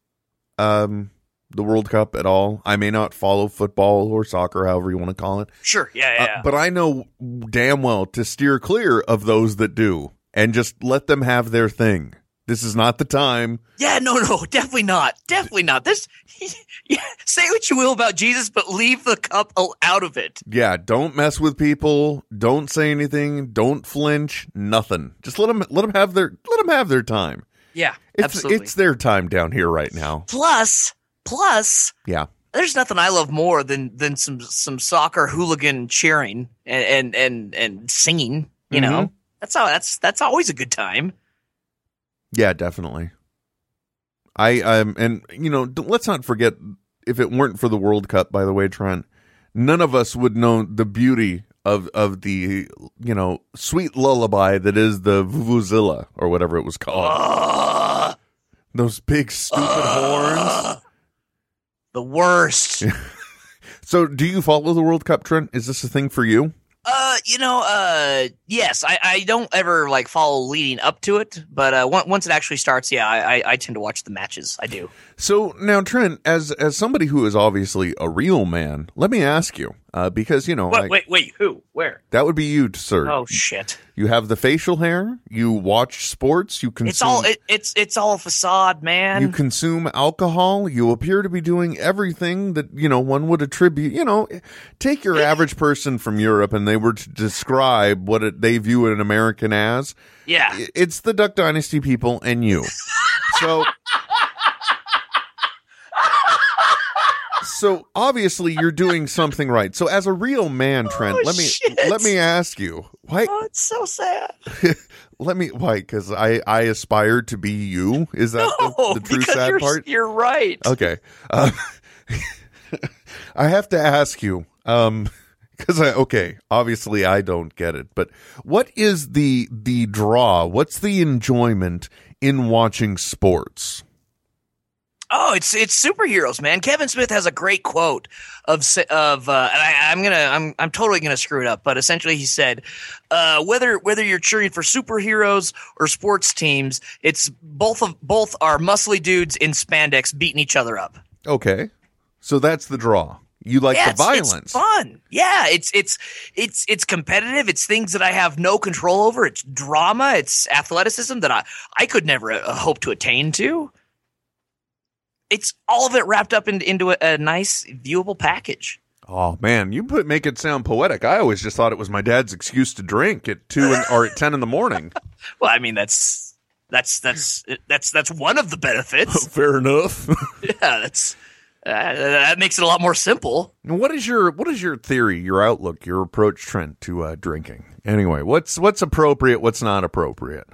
Speaker 2: um the World Cup at all. I may not follow football or soccer, however you want to call it.
Speaker 3: Sure, yeah,
Speaker 2: Uh,
Speaker 3: yeah. yeah.
Speaker 2: but I know damn well to steer clear of those that do and just let them have their thing. This is not the time.
Speaker 3: Yeah, no, no, definitely not. Definitely not. This, yeah, say what you will about Jesus, but leave the cup al- out of it.
Speaker 2: Yeah, don't mess with people. Don't say anything. Don't flinch. Nothing. Just let them let them have their let them have their time.
Speaker 3: Yeah,
Speaker 2: It's
Speaker 3: absolutely.
Speaker 2: it's their time down here right now.
Speaker 3: plus, plus,
Speaker 2: Yeah.
Speaker 3: there's nothing I love more than than some some soccer hooligan cheering and and and, and singing. You
Speaker 2: Mm-hmm.
Speaker 3: know, that's all. That's that's always a good time.
Speaker 2: Yeah, definitely. I um and you know, d- let's not forget if it weren't for the World Cup by the way, Trent, none of us would know the beauty of of the, you know, sweet lullaby that is the vuvuzela or whatever it was called.
Speaker 3: Ugh,
Speaker 2: Those big stupid horns.
Speaker 3: Ah! the worst.
Speaker 2: So, do you follow the World Cup, Trent? Is this a thing for you?
Speaker 3: Uh, you know, uh, yes, I, I don't ever like follow leading up to it, but uh, on- once it actually starts, yeah, I, I I tend to watch the matches. I do.
Speaker 2: So now, Trent, as as somebody who is obviously a real man, let me ask you, uh, because you know, I-
Speaker 3: What? Wait, wait, who? Where?
Speaker 2: that would be you, sir.
Speaker 3: Oh shit!
Speaker 2: You have the facial hair. You watch sports. You consume.
Speaker 3: It's all it, it's it's all a facade, man.
Speaker 2: you consume alcohol. You appear to be doing everything that you know one would attribute. You know, take your average person from Europe, and they were to describe what it, they view an American as.
Speaker 3: yeah.
Speaker 2: i- It's the Duck Dynasty people and you. So. So obviously you're doing something right. So as a real man, Trent,
Speaker 3: Oh,
Speaker 2: let me
Speaker 3: shit.
Speaker 2: let me ask you, why
Speaker 3: Oh, it's so sad.
Speaker 2: let me why because i i aspire to be you is that
Speaker 3: Oh,
Speaker 2: the, the true
Speaker 3: because
Speaker 2: sad
Speaker 3: you're,
Speaker 2: part
Speaker 3: You're right.
Speaker 2: okay uh, i have to ask you um because i okay obviously i don't get it but what is the the draw what's the enjoyment in watching sports?
Speaker 3: Oh, it's it's superheroes, man. Kevin Smith has a great quote of s- of uh, and I, I'm gonna I'm I'm totally gonna screw it up, but essentially he said, uh, whether whether you're cheering for superheroes or sports teams, it's both of both are muscly dudes in spandex beating each other up.
Speaker 2: Okay. So that's the draw. You like
Speaker 3: yeah,
Speaker 2: the
Speaker 3: it's-
Speaker 2: violence.
Speaker 3: It's fun. Yeah, it's it's it's it's competitive. It's things that I have no control over. It's drama. It's athleticism that I I could never uh, hope to attain to. It's all of it wrapped up in, into a, a nice viewable package.
Speaker 2: Oh man, you put make it sound poetic. I always just thought it was my dad's excuse to drink at two in, or at ten in the morning.
Speaker 3: Well, I mean that's that's that's that's that's one of the benefits.
Speaker 2: Fair enough.
Speaker 3: yeah, that's uh, that makes it a lot more simple.
Speaker 2: what is your what is your theory, your outlook, your approach, Trent, to uh, drinking? Anyway, what's what's appropriate, what's not appropriate?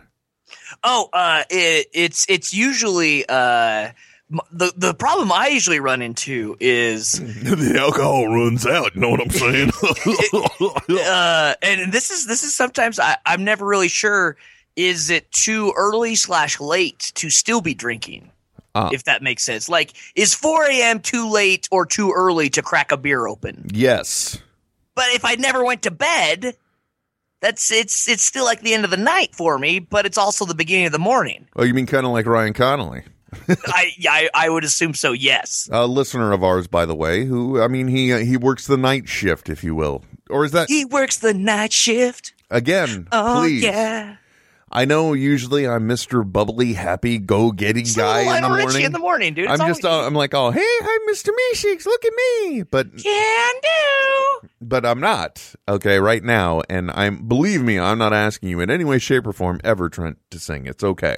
Speaker 3: Oh, uh, it, it's it's usually uh, m- the the problem I usually run into is
Speaker 2: the alcohol runs out. You know what I'm saying?
Speaker 3: uh, and this is this is sometimes I, I'm never really sure. Is it too early slash late to still be drinking?
Speaker 2: Ah.
Speaker 3: If that makes sense. Like, is 4 a.m. too late or too early to crack a beer open?
Speaker 2: yes.
Speaker 3: But if I never went to bed, that's it's it's still like the end of the night for me, but it's also the beginning of the morning.
Speaker 2: Oh, you mean kind of like Ryan Connolly,
Speaker 3: I, I I would assume so. Yes.
Speaker 2: a listener of ours, by the way. Who I mean, he uh, he works the night shift, if you will, or is that
Speaker 3: He works the night shift.
Speaker 2: again?
Speaker 3: Oh
Speaker 2: please.
Speaker 3: yeah.
Speaker 2: I know usually I'm Mr. Bubbly, happy, go getting
Speaker 3: So
Speaker 2: guy in
Speaker 3: Lionel
Speaker 2: the
Speaker 3: Richie
Speaker 2: morning.
Speaker 3: in the morning, dude.
Speaker 2: I'm
Speaker 3: It's
Speaker 2: just
Speaker 3: always-
Speaker 2: uh, I'm like, oh hey, I'm Mr. Meeshakes, look at me. But
Speaker 3: can do.
Speaker 2: but I'm not. Okay, right now, and I'm believe me, I'm not asking you in any way, shape, or form ever, Trent, to sing. It's okay.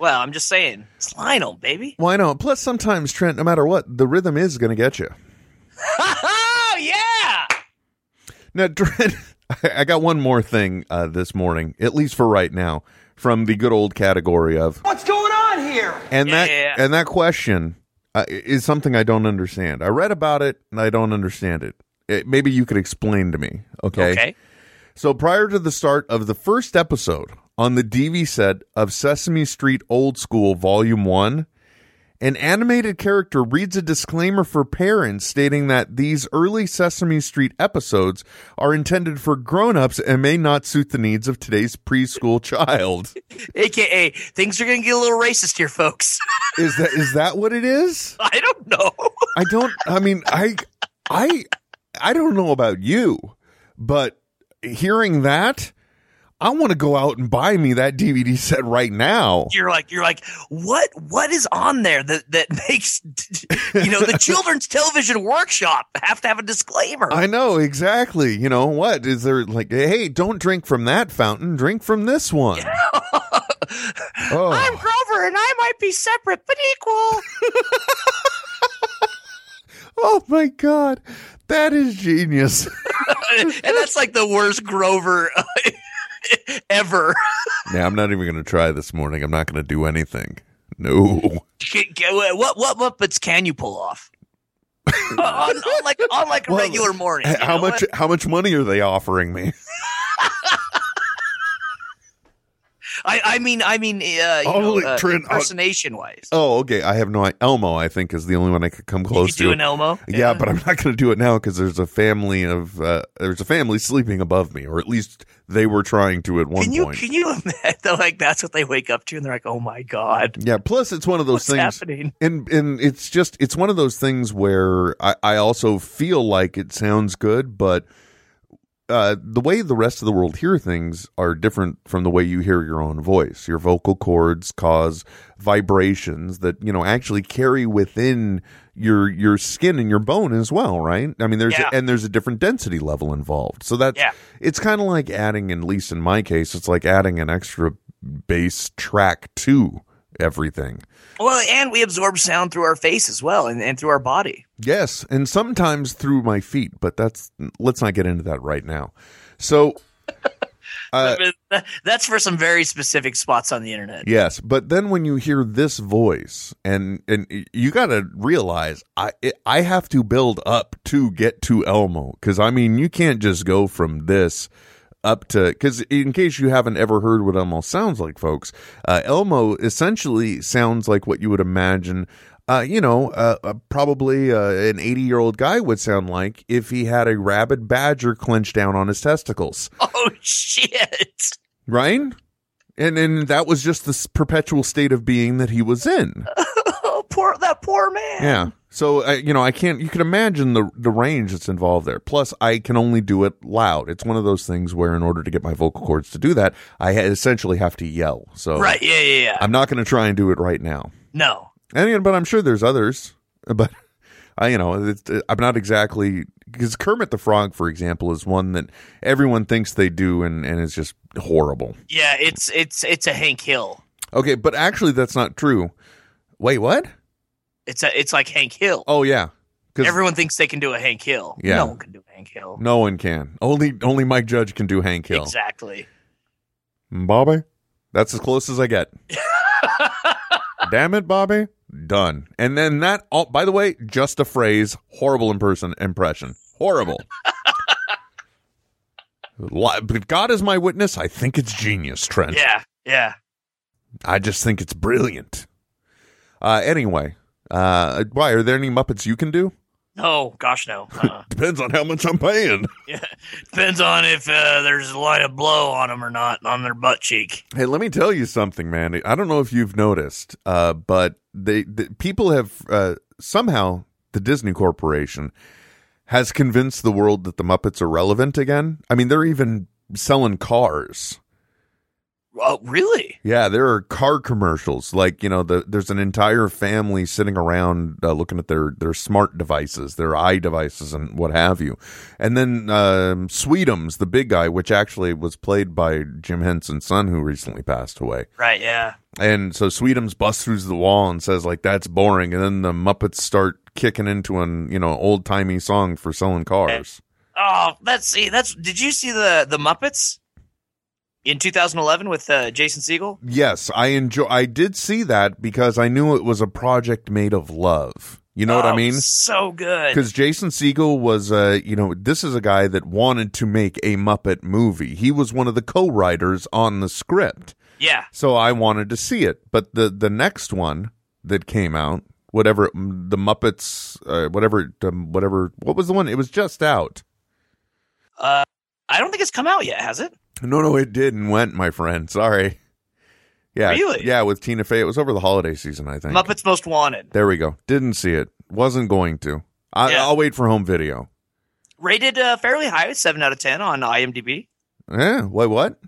Speaker 3: Well, I'm just saying, it's Lionel, baby.
Speaker 2: Why not? Plus sometimes, Trent, no matter what, the rhythm is gonna get you.
Speaker 3: oh yeah.
Speaker 2: Now, Trent, I I got one more thing uh, this morning, at least for right now, from the good old category of
Speaker 4: What's going on here?
Speaker 2: and
Speaker 3: Yeah,
Speaker 2: that
Speaker 3: yeah, yeah.
Speaker 2: and that question uh, is something I don't understand. I read about it and I don't understand it. It- maybe you could explain to me, okay? So prior to the start of the first episode on the DV set of Sesame Street Old School Volume One, an animated character reads a disclaimer for parents stating that these early Sesame Street episodes are intended for grown-ups and may not suit the needs of today's preschool child.
Speaker 3: AKA, things are going to get a little racist here, folks.
Speaker 2: Is that is that what it is?
Speaker 3: I don't know.
Speaker 2: I don't. I mean, I, I, I don't know about you, but hearing that, I want to go out and buy me that DVD set right now.
Speaker 3: You're like, you're like, what, what is on there that that makes, you know, the Children's Television Workshop have to have a disclaimer?
Speaker 2: I know exactly. You know what is there like? Hey, don't drink from that fountain. Drink from this one. Oh.
Speaker 3: I'm Grover, and I might be separate but equal.
Speaker 2: oh my god, that is genius.
Speaker 3: and that's like the worst Grover uh, ever.
Speaker 2: yeah, I'm not even going to try this morning. I'm not going to do anything. No.
Speaker 3: What what Muppets can you pull off? on, on like on like a
Speaker 2: Well,
Speaker 3: regular morning. you
Speaker 2: How
Speaker 3: know?
Speaker 2: much? How much money are they offering me?
Speaker 3: I, I mean, I mean, uh, you
Speaker 2: Holy
Speaker 3: know, uh,
Speaker 2: Trent, uh,
Speaker 3: impersonation wise.
Speaker 2: Oh, okay. I have no. I- Elmo, I think, is the only one I could come
Speaker 3: you
Speaker 2: close
Speaker 3: could do
Speaker 2: to.
Speaker 3: an Elmo.
Speaker 2: yeah. but I'm not going to do it now because there's a family of uh, there's a family sleeping above me, or at least they were trying to at one
Speaker 3: can you
Speaker 2: point.
Speaker 3: can you imagine? Like that's what they wake up to, and they're like, "Oh my god,
Speaker 2: yeah. Plus, it's one of those
Speaker 3: what's
Speaker 2: things.
Speaker 3: happening?"
Speaker 2: And and it's just it's one of those things where I, I also feel like it sounds good, but uh, the way the rest of the world hear things are different from the way you hear your own voice. Your vocal cords cause vibrations that you know actually carry within your your skin and your bone as well, right? I mean, there's
Speaker 3: Yeah.
Speaker 2: and there's a different density level involved. So that's
Speaker 3: Yeah.
Speaker 2: it's kind of like adding, at least in my case, it's like adding an extra bass track to everything.
Speaker 3: Well, and we absorb sound through our face as well, and, and through our body.
Speaker 2: Yes, and sometimes through my feet, but that's let's not get into that right now. So Uh,
Speaker 3: that's for some very specific spots on the internet.
Speaker 2: yes, but then when you hear this voice, and and you got to realize I it, I have to build up to get to Elmo because I mean you can't just go from this up to because in case you haven't ever heard what Elmo sounds like, folks, uh, Elmo essentially sounds like what you would imagine. Uh, you know, uh, uh, probably uh, an 80 year old guy would sound like if he had a rabid badger clenched down on his testicles,
Speaker 3: Oh shit!
Speaker 2: right? And and that was just this perpetual state of being that he was in.
Speaker 3: Oh, poor that poor man.
Speaker 2: Yeah. So I, you know, I can't. You can imagine the the range that's involved there. Plus, I can only do it loud. It's one of those things where, in order to get my vocal cords to do that, I ha- essentially have to yell. So
Speaker 3: Right. Yeah. Yeah. Yeah.
Speaker 2: I'm not going to try and do it right now.
Speaker 3: no.
Speaker 2: And but I'm sure there's others. But I, you know, it's, I'm not exactly because Kermit the Frog, for example, is one that everyone thinks they do, and and it's just horrible.
Speaker 3: Yeah. It's it's it's a Hank Hill.
Speaker 2: Okay, but actually, that's not true. Wait, what?
Speaker 3: It's a it's like Hank Hill.
Speaker 2: Oh yeah, because
Speaker 3: Everyone thinks they can do a Hank Hill.
Speaker 2: Yeah.
Speaker 3: No one can do a Hank Hill.
Speaker 2: No one can. Only only Mike Judge can do Hank Hill. Mm,
Speaker 3: Exactly.
Speaker 2: Bobby, that's as close as I get. Damn it, Bobby. Done. And then that. Oh, by the way, just a phrase. Horrible in person impression. Horrible. Li- But God is my witness. I think it's genius, Trent.
Speaker 3: Yeah. Yeah.
Speaker 2: I just think it's brilliant. Uh, anyway, uh, why are there any Muppets you can do?
Speaker 3: No. Gosh, no. Uh,
Speaker 2: Depends on how much I'm paying.
Speaker 3: yeah. Depends on if uh, there's a light of blow on them or not on their butt cheek.
Speaker 2: Hey, let me tell you something, man. I don't know if you've noticed, uh, but they the, people have uh, somehow the Disney Corporation has convinced the world that the Muppets are relevant again. I mean, they're even selling cars.
Speaker 3: Oh, really?
Speaker 2: Yeah, there are car commercials. Like you know, the, there's an entire family sitting around uh, looking at their their smart devices, their eye devices, and what have you. And then um, Sweetums, the big guy, which actually was played by Jim Henson's son, who recently passed away.
Speaker 3: Right. Yeah.
Speaker 2: And so Sweetums busts through the wall and says like that's boring, and then the Muppets start kicking into an you know old timey song for selling cars.
Speaker 3: Oh, let's see. That's did you see the the Muppets in 2011 with uh, Jason Siegel?
Speaker 2: Yes, I enjoy. I did see that because I knew it was a project made of love. You know what I
Speaker 3: Oh,
Speaker 2: mean?
Speaker 3: So good.
Speaker 2: Because Jason Siegel was, uh, you know, this is a guy that wanted to make a Muppet movie. He was one of the co-writers on the script.
Speaker 3: Yeah.
Speaker 2: So I wanted to see it, but the the next one that came out, whatever it- the Muppets, uh, whatever, um, whatever, what was the one? It was just out.
Speaker 3: Uh, I don't think it's come out yet, has it?
Speaker 2: No, no, it did and went, my friend. Sorry. Yeah,
Speaker 3: Really?
Speaker 2: yeah, with Tina Fey. It was over the holiday season, I think.
Speaker 3: Muppets Most Wanted.
Speaker 2: There we go. Didn't see it. Wasn't going to. I,
Speaker 3: Yeah.
Speaker 2: I'll wait for home video.
Speaker 3: Rated uh, fairly high, seven out of ten on IMDb.
Speaker 2: Yeah. Wait, Eh? what?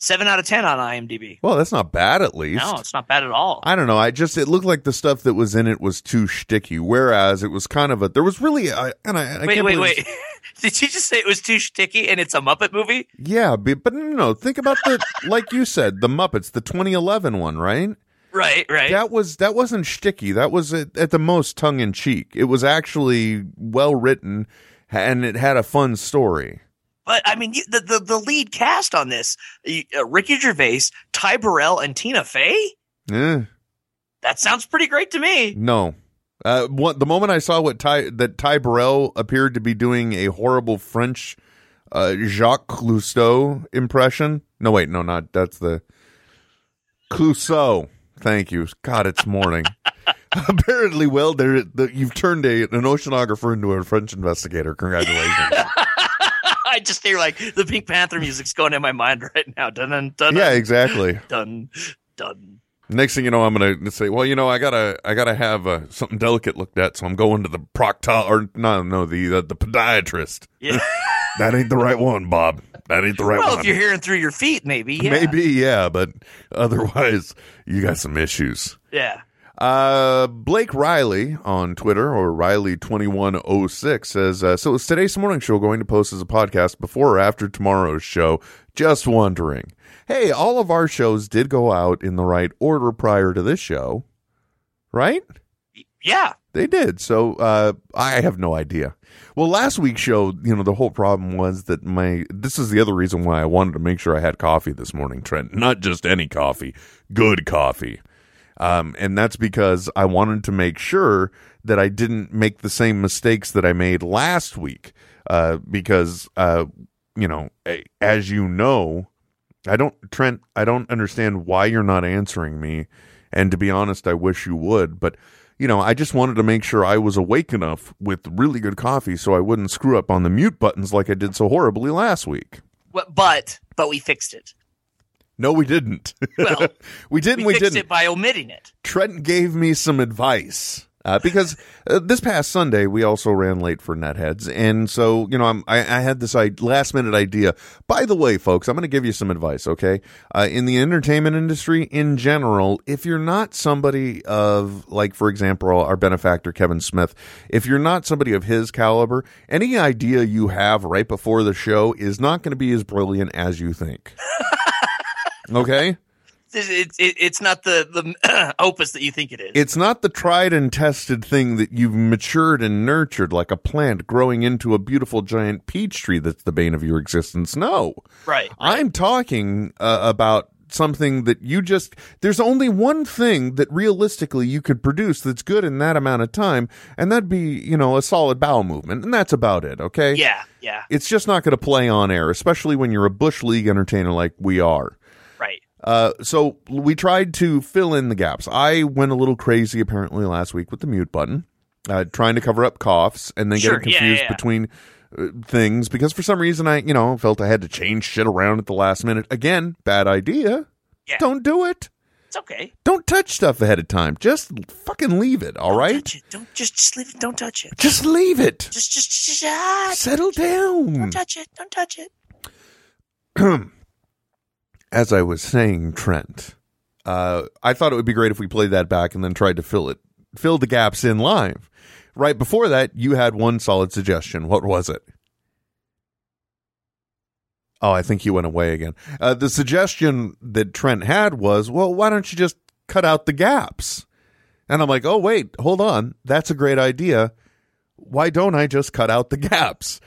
Speaker 3: Seven out of ten on IMDb.
Speaker 2: Well, that's not bad. At least.
Speaker 3: No, it's not bad at all.
Speaker 2: I don't know. I just it looked like the stuff that was in it was too shticky. Whereas it was kind of a there was really a, and I, I
Speaker 3: wait,
Speaker 2: can't
Speaker 3: wait,
Speaker 2: believe-
Speaker 3: wait. Did you just say it was too sticky and it's a Muppet movie?
Speaker 2: Yeah, but, but no, no, no. Think about the like you said, the Muppets, the 2011 one, right?
Speaker 3: Right, right.
Speaker 2: That was that wasn't shticky. That was at, at the most tongue in cheek. It was actually well written, and it had a fun story.
Speaker 3: But I mean, you, the, the the lead cast on this: you- uh, Ricky Gervais, Ty Burrell, and Tina Fey.
Speaker 2: Eh,
Speaker 3: That sounds pretty great to me.
Speaker 2: no. Uh, what, the moment I saw what Ty that Ty Burrell appeared to be doing a horrible French uh, Jacques Cousteau impression. No, wait, no, not that's the Clouseau. Thank you. God, it's morning. Apparently, well, there the, you've turned a, an oceanographer into a French investigator. Congratulations.
Speaker 3: I just hear like the Pink Panther music's going in my mind right now. Dun dun dun.
Speaker 2: yeah, exactly.
Speaker 3: Dun dun.
Speaker 2: Next thing you know, I'm gonna say, well, you know, I gotta, I gotta have uh, something delicate looked at, so I'm going to the procto or no, no, the uh, the podiatrist.
Speaker 3: Yeah.
Speaker 2: That ain't the right one, Bob. That ain't the right
Speaker 3: well,
Speaker 2: one.
Speaker 3: if you're hearing through your feet, maybe. Yeah.
Speaker 2: Maybe, yeah, but otherwise, you got some issues.
Speaker 3: Yeah.
Speaker 2: Uh, Blake Riley on Twitter or Riley2106 says, uh, So is today's morning show going to post as a podcast before or after tomorrow's show? Just wondering. Hey, all of our shows did go out in the right order prior to this show, right?
Speaker 3: Yeah.
Speaker 2: They did. So uh, I have no idea. Well, last week's show, you know, the whole problem was that my. This is the other reason why I wanted to make sure I had coffee this morning, Trent. Not just any coffee, good coffee. Um, and that's because I wanted to make sure that I didn't make the same mistakes that I made last week. Uh, because, uh, you know, a- as you know, I don't, Trent, I don't understand why you're not answering me. And to be honest, I wish you would. But, you know, I just wanted to make sure I was awake enough with really good coffee so I wouldn't screw up on the mute buttons like I did so horribly last week.
Speaker 3: Wh- But but we fixed it.
Speaker 2: No, we didn't.
Speaker 3: Well,
Speaker 2: we didn't. We,
Speaker 3: we, fixed
Speaker 2: didn't.
Speaker 3: it by omitting it.
Speaker 2: Trent gave me some advice uh, because uh, this past Sunday we also ran late for netheads, and so you know I'm, I, I had this I- last minute idea. By the way, folks, I'm going to give you some advice. Okay, uh, in the entertainment industry in general, if you're not somebody of like, for example, our benefactor Kevin Smith, if you're not somebody of his caliber, any idea you have right before the show is not going to be as brilliant as you think. okay.
Speaker 3: It, it, it's not the the opus that you think it is.
Speaker 2: It's not the tried and tested thing that you've matured and nurtured like a plant growing into a beautiful giant peach tree that's the bane of your existence. No.
Speaker 3: right.
Speaker 2: I'm talking uh, about something that you just there's only one thing that realistically you could produce that's good in that amount of time and that'd be, you know, a solid bowel movement and that's about it, okay?
Speaker 3: Yeah. Yeah.
Speaker 2: It's just not going to play on air, especially when you're a bush league entertainer like we are.
Speaker 3: Right.
Speaker 2: Uh, so we tried to fill in the gaps. I went a little crazy apparently last week with the mute button, uh, trying to cover up coughs and then
Speaker 3: Sure,
Speaker 2: getting
Speaker 3: yeah, yeah,
Speaker 2: confused
Speaker 3: yeah.
Speaker 2: between uh, things because for some reason I, you know, felt I had to change shit around at the last minute. Again, bad idea.
Speaker 3: Yeah.
Speaker 2: Don't do it.
Speaker 3: It's okay.
Speaker 2: Don't touch stuff ahead of time. Just fucking leave it. All
Speaker 3: Don't
Speaker 2: right.
Speaker 3: touch it. Don't just, just leave it. Don't touch it.
Speaker 2: Just leave it.
Speaker 3: Just just just ah,
Speaker 2: Settle down.
Speaker 3: don't touch it. Don't touch it.
Speaker 2: as I was saying, Trent, uh, I thought it would be great if we played that back and then tried to fill it, fill the gaps in live. Right before that, you had one solid suggestion. What was it? Oh, I think you went away again. Uh, the suggestion that Trent had was, well, why don't you just cut out the gaps? And I'm like, oh, wait, hold on. That's a great idea. Why don't I just cut out the gaps?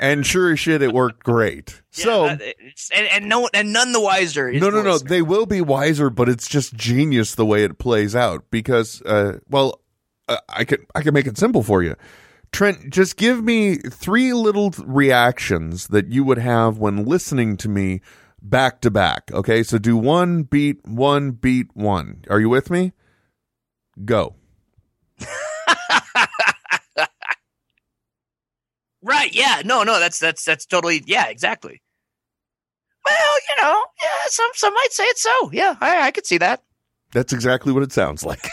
Speaker 2: and sure as shit, it worked great.
Speaker 3: Yeah,
Speaker 2: so
Speaker 3: uh, it's, and, and no and none the wiser. is
Speaker 2: no,
Speaker 3: the
Speaker 2: no, no.
Speaker 3: listener.
Speaker 2: They will be wiser, but it's just genius the way it plays out because, uh, well, uh, I could I could make it simple for you, Trent. Just give me three little th- reactions that you would have when listening to me back to back. Okay, so do one beat, one beat, one. Are you with me? Go.
Speaker 3: Right. Yeah. No. No. That's that's that's totally. Yeah. Exactly. Well, you know, yeah. Some some might say it's so. Yeah. I I could see that.
Speaker 2: That's exactly what it sounds like.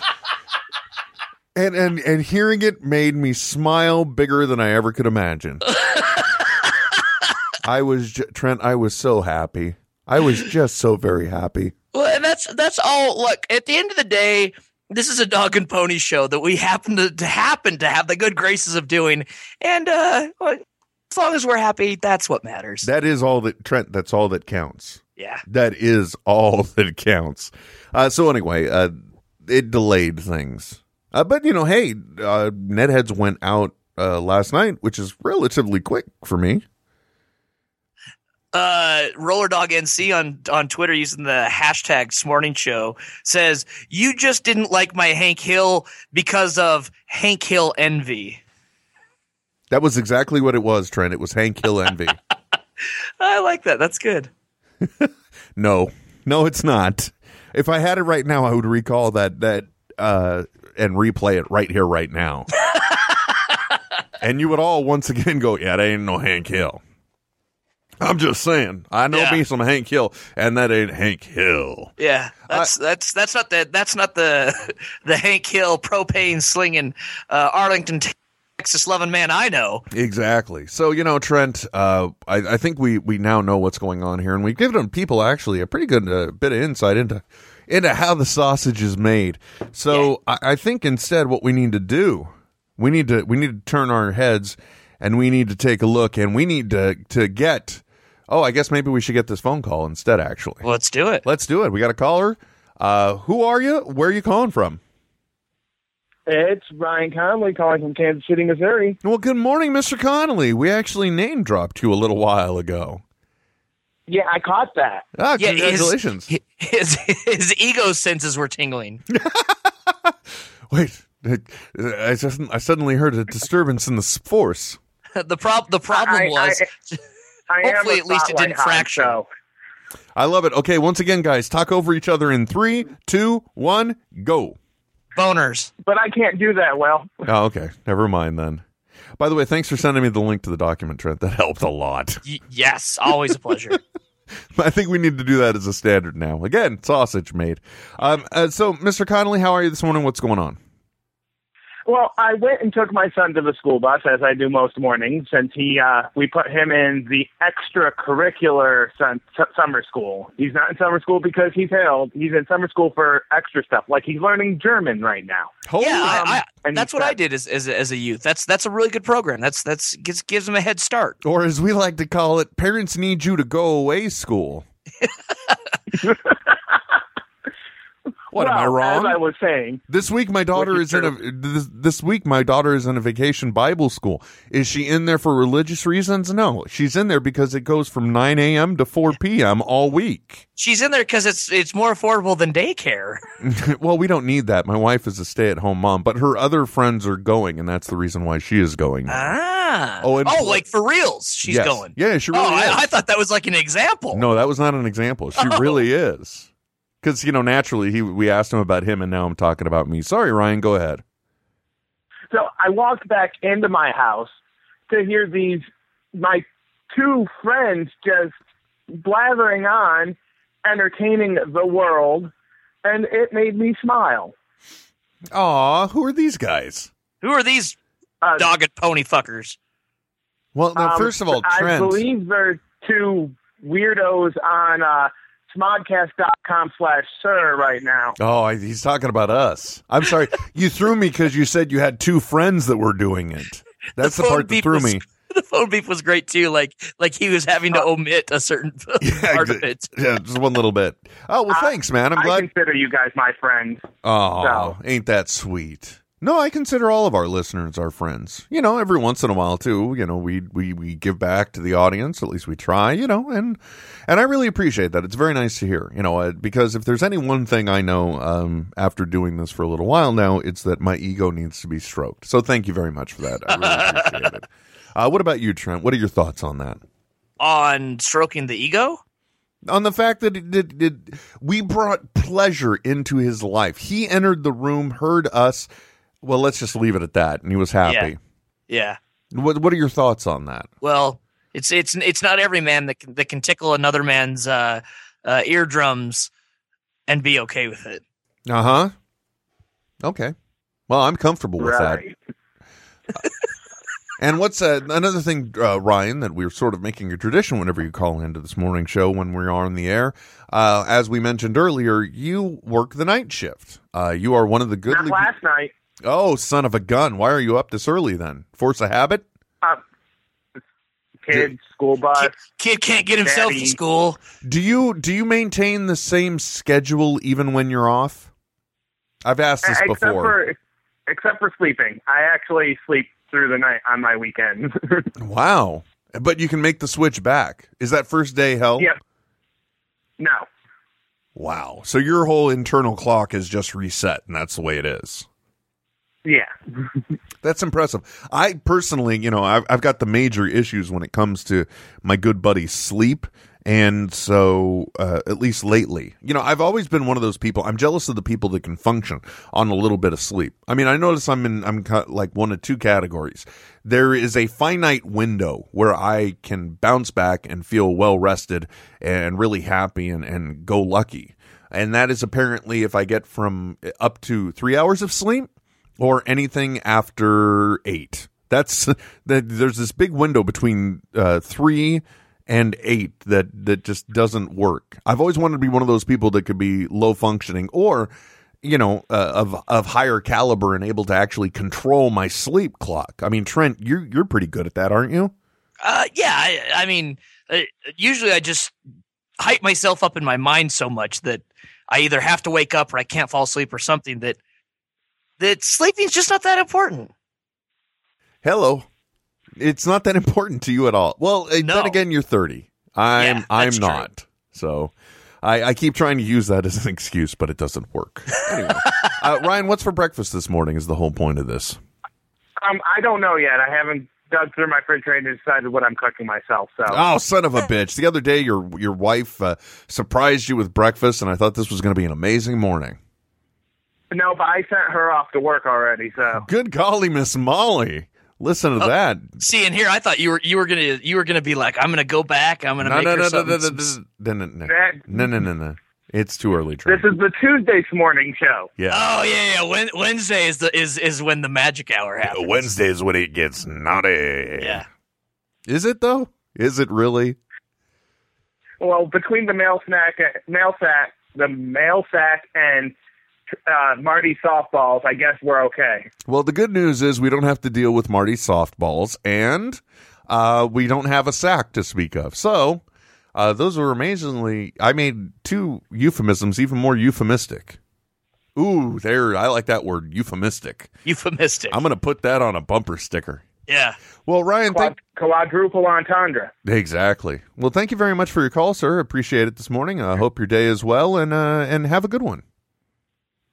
Speaker 2: and and and hearing it made me smile bigger than I ever could imagine. I was ju- Trent. I was so happy. I was just so very happy.
Speaker 3: Well, and that's that's all. Look, at the end of the day, this is a dog and pony show that we happen to, to happen to have the good graces of doing, and uh, well, as long as we're happy, that's what matters.
Speaker 2: That is all that Trent. That's all that counts.
Speaker 3: yeah.
Speaker 2: That is all that counts. Uh, so anyway, uh, it delayed things. Uh, but you know, hey, uh, netheads went out uh, last night, which is relatively quick for me.
Speaker 3: Uh, Roller Dog NC on on Twitter using the hashtag Smorning Show says you just didn't like my Hank Hill because of Hank Hill envy.
Speaker 2: That was exactly what it was, Trent. It was Hank Hill envy.
Speaker 3: I like that. That's good.
Speaker 2: no, no, it's not. If I had it right now, I would recall that that uh, and replay it right here, right now. and you would all once again go, "Yeah, that ain't no Hank Hill." I'm just saying, I know
Speaker 3: Yeah.
Speaker 2: me some Hank Hill, and that ain't Hank Hill.
Speaker 3: Yeah, that's that's that's not the that's not the the Hank Hill propane slinging uh, Arlington, Texas loving man I know.
Speaker 2: Exactly. So you know, Trent, uh, I, I think we we now know what's going on here, and we've given people actually a pretty good uh, bit of insight into into how the sausage is made. So I, I think instead, what we need to do, we need to we need to turn our heads, and we need to take a look, and we need to to get. Oh, I guess maybe we should get this phone call instead. Actually,
Speaker 3: Let's do it.
Speaker 2: let's do it. We got a caller. Uh, who are you? Where are you calling from?
Speaker 5: It's Ryan Conley calling from Kansas City, Missouri.
Speaker 2: Well, good morning, Mr. Connolly. We actually name dropped you a little while ago.
Speaker 5: Yeah, I caught that.
Speaker 2: Ah,
Speaker 3: Yeah, his-
Speaker 2: congratulations.
Speaker 3: His, his ego senses were tingling.
Speaker 2: Wait, I, I, just, I suddenly heard a disturbance in the s- force.
Speaker 3: the prob the problem
Speaker 5: I- I-
Speaker 3: was
Speaker 5: I am
Speaker 3: Hopefully
Speaker 5: a
Speaker 3: at least it didn't
Speaker 5: spotlight hog,
Speaker 3: fracture.
Speaker 5: so
Speaker 2: I love it. Okay, once again, guys, talk over each other in three, two, one, go.
Speaker 3: boners.
Speaker 5: But I can't do that well.
Speaker 2: Oh, okay. Never mind then. By the way, thanks for sending me the link to the document, Trent. That helped a lot.
Speaker 3: Y- yes, always a pleasure.
Speaker 2: I think we need to do that as a standard now. Again, sausage made. Um, uh, so, Mr. Connolly, how are you this morning? What's going on?
Speaker 5: Well, I went and took my son to the school bus as I do most mornings, since he uh, we put him in the extracurricular sun, su- summer school. He's not in summer school because he's held. He's in summer school for extra stuff, like he's learning German right now.
Speaker 2: Holy
Speaker 3: yeah, I- I-
Speaker 5: and
Speaker 3: that's
Speaker 5: he
Speaker 3: what I
Speaker 5: said-
Speaker 3: did as, as a- as a youth. That's that's a really good program. That's that's gives gives them a head start.
Speaker 2: Or as we like to call it, parents need you to go away school. what am I
Speaker 5: Well,
Speaker 2: wrong?
Speaker 5: As I was saying,
Speaker 2: This week my daughter
Speaker 5: Which
Speaker 2: is
Speaker 5: is
Speaker 2: in a this, this week my daughter is in a vacation Bible school. Is she in there for religious reasons? No, she's in there because it goes from nine a.m. to four p.m. all week.
Speaker 3: She's in there because it's it's more affordable than daycare.
Speaker 2: well, we don't need that. My wife is a stay-at-home mom, but her other friends are going, and that's the reason why she is going.
Speaker 3: Ah.
Speaker 2: Oh,
Speaker 3: Oh,
Speaker 2: and-
Speaker 3: like for reals, she's
Speaker 2: Yes.
Speaker 3: going.
Speaker 2: Yeah, she really
Speaker 3: oh,
Speaker 2: is.
Speaker 3: I, I thought that was like an example.
Speaker 2: No, that was not an example. She
Speaker 3: Oh.
Speaker 2: really is. Because you know, naturally, he we asked him about him, and now I'm talking about me. Sorry, Ryan. Go ahead.
Speaker 5: So I walked back into my house to hear these my two friends just blathering on, entertaining the world, and it made me smile.
Speaker 2: Aw, who are these guys?
Speaker 3: Who are these
Speaker 5: Uh,
Speaker 3: dogged pony fuckers?
Speaker 2: Well, now
Speaker 5: um,
Speaker 2: first of all,
Speaker 5: I
Speaker 2: Trent.
Speaker 5: believe they're two weirdos on uh, smodcast.com slash sir right now.
Speaker 2: Oh, I, he's talking about us. I'm sorry. you threw me because you said you had two friends that were doing it. That's the,
Speaker 3: phone
Speaker 2: part that
Speaker 3: beep
Speaker 2: threw
Speaker 3: was-
Speaker 2: me.
Speaker 3: The phone beep was great too. Like like he was having to omit a certain
Speaker 2: Uh, Yeah,
Speaker 3: part of
Speaker 2: exa-
Speaker 3: it.
Speaker 2: Yeah, just one little bit. Oh well,
Speaker 5: I-
Speaker 2: thanks, man. I'm
Speaker 5: Uh, I
Speaker 2: glad.
Speaker 5: consider you guys my friends.
Speaker 2: Oh,
Speaker 5: No.
Speaker 2: ain't that sweet? No, I consider all of our listeners our friends. You know, every once in a while too. You know, we we we give back to the audience. At least we try. You know, and and I really appreciate that. It's very nice to hear. You know, uh, because if there's any one thing I know um, after doing this for a little while now, it's that my ego needs to be stroked. So thank you very much for that. I really appreciate it. Uh, what about you, Trent? What are your thoughts on that?
Speaker 3: On stroking the ego?
Speaker 2: on the fact that it, it, it, we brought pleasure into his life. He entered the room, heard us. Well, let's just leave it at that, and he was happy.
Speaker 3: Yeah.
Speaker 2: What What are your thoughts on that?
Speaker 3: Well, it's it's it's not every man that can, that can tickle another man's uh, uh, eardrums and be okay with it.
Speaker 2: Uh huh. Okay. Well, I'm comfortable with that.
Speaker 5: Right.
Speaker 2: And what's uh, another thing, uh, Ryan, that we're sort of making a tradition whenever you call into this morning show when we are on the air? Uh, as we mentioned earlier, you work the night shift. Uh, you are one of the
Speaker 5: Not
Speaker 2: goodly.
Speaker 5: last night.
Speaker 2: oh, son of a gun! Why are you up this early then? Force a habit?
Speaker 5: Uh, kids, school bus.
Speaker 3: Kid, kid can't get himself
Speaker 5: Daddy.
Speaker 3: to school.
Speaker 2: Do you do you maintain the same schedule even when you're off? I've asked this
Speaker 5: Uh, except
Speaker 2: before.
Speaker 5: For, except for sleeping. I actually sleep through the night on my weekends.
Speaker 2: Wow. But you can make the switch back. Is that first day hell?
Speaker 5: Yep. no.
Speaker 2: Wow. So your whole internal clock is just reset and that's the way it is.
Speaker 5: Yeah.
Speaker 2: That's impressive. I personally, you know, I've, I've got the major issues when it comes to my good buddy sleep. And so, uh, at least lately, you know, I've always been one of those people. I'm jealous of the people that can function on a little bit of sleep. I mean, I notice I'm in, I'm ca- like one of two categories. There is a finite window where I can bounce back and feel well rested and really happy and, and go lucky. And that is apparently if I get from up to three hours of sleep, or anything after eight. That's that. There's this big window between uh, three and eight that that just doesn't work. I've always wanted to be one of those people that could be low functioning or. You know, uh, of of higher caliber and able to actually control my sleep clock. I mean, Trent, you're you're pretty good at that, aren't you?
Speaker 3: Uh, yeah, I, I mean, uh, usually I just hype myself up in my mind so much that I either have to wake up or I can't fall asleep or something that that sleeping's just not that important.
Speaker 2: Hello, it's not that important to you at all. Well, uh,
Speaker 3: No.
Speaker 2: then again, you're 30. I'm
Speaker 3: Yeah,
Speaker 2: I'm
Speaker 3: that's true.
Speaker 2: not. So, I, I keep trying to use that as an excuse, but it doesn't work. Anyway, uh, Ryan, what's for breakfast this morning? Is the whole point of this?
Speaker 5: Um, I don't know yet. I haven't dug through my refrigerator and decided what I'm cooking myself. So
Speaker 2: Oh, son of a bitch! The other day, your your wife uh, surprised you with breakfast, and I thought this was going to be an amazing morning.
Speaker 5: no, but I sent her off to work already. So
Speaker 2: Good golly, Miss Molly! Listen
Speaker 3: Oh,
Speaker 2: to that.
Speaker 3: See, and here I thought you were you were gonna you were gonna be like, I'm gonna go back. I'm gonna
Speaker 2: No,
Speaker 3: make
Speaker 2: no,
Speaker 3: her
Speaker 2: no, no,
Speaker 3: something.
Speaker 2: no, no, no, no, no,
Speaker 5: That-
Speaker 2: no, no, no, no. It's too early, Trent.
Speaker 5: this is the Tuesday's morning show.
Speaker 2: yeah.
Speaker 3: Oh yeah, yeah. Wed- Wednesday is the is is when the magic hour happens.
Speaker 2: Wednesday's when it gets naughty.
Speaker 3: Yeah.
Speaker 2: Is it though? Is it really?
Speaker 5: Well, between the mail snack, mail sack, the mail sack, and uh, Marty softballs, I guess we're okay.
Speaker 2: Well, the good news is we don't have to deal with Marty softballs, and uh, we don't have a sack to speak of. So uh, those were amazingly. I made two euphemisms, even more euphemistic. Ooh, there! I like that word, euphemistic.
Speaker 3: Euphemistic.
Speaker 2: I'm gonna put that on a bumper sticker.
Speaker 3: yeah.
Speaker 2: Well, Ryan, thank,
Speaker 5: Quad- quadruple entendre.
Speaker 2: Exactly. Well, thank you very much for your call, sir. Appreciate it this morning. I hope your day is well, and uh, and have a good one.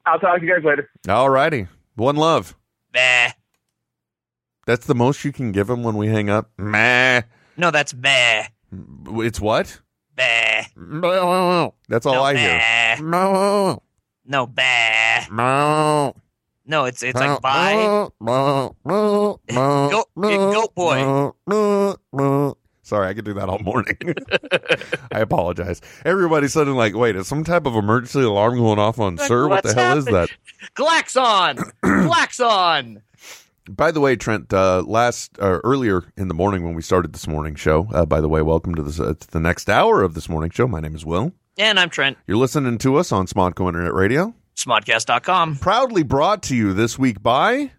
Speaker 5: I'll talk to you guys later.
Speaker 2: All righty. One love.
Speaker 3: Bah.
Speaker 2: That's the most you can give him when we hang up. Meh.
Speaker 3: No, that's bah.
Speaker 2: It's what?
Speaker 3: Bah.
Speaker 2: That's all
Speaker 3: no,
Speaker 2: Oh, I hear.
Speaker 3: bah. No, bah. No, it's it's
Speaker 2: Oh,
Speaker 3: like bye.
Speaker 2: Go,
Speaker 3: goat
Speaker 2: boy. Sorry, I could do that all morning. I apologize. Everybody's suddenly like, wait, is some type of emergency alarm going off on
Speaker 3: Like,
Speaker 2: sir? What the
Speaker 3: what's
Speaker 2: hell is that?
Speaker 3: happened? Glaxon. Glaxon.
Speaker 2: By the way, Trent, uh, last uh, earlier in the morning when we started this morning show. Uh, by the way, welcome to this uh, to the next hour of this morning show. My name is Will.
Speaker 3: And I'm Trent.
Speaker 2: You're listening to us on Smodco Internet Radio.
Speaker 3: Smodcast.com.
Speaker 2: Proudly brought to you this week by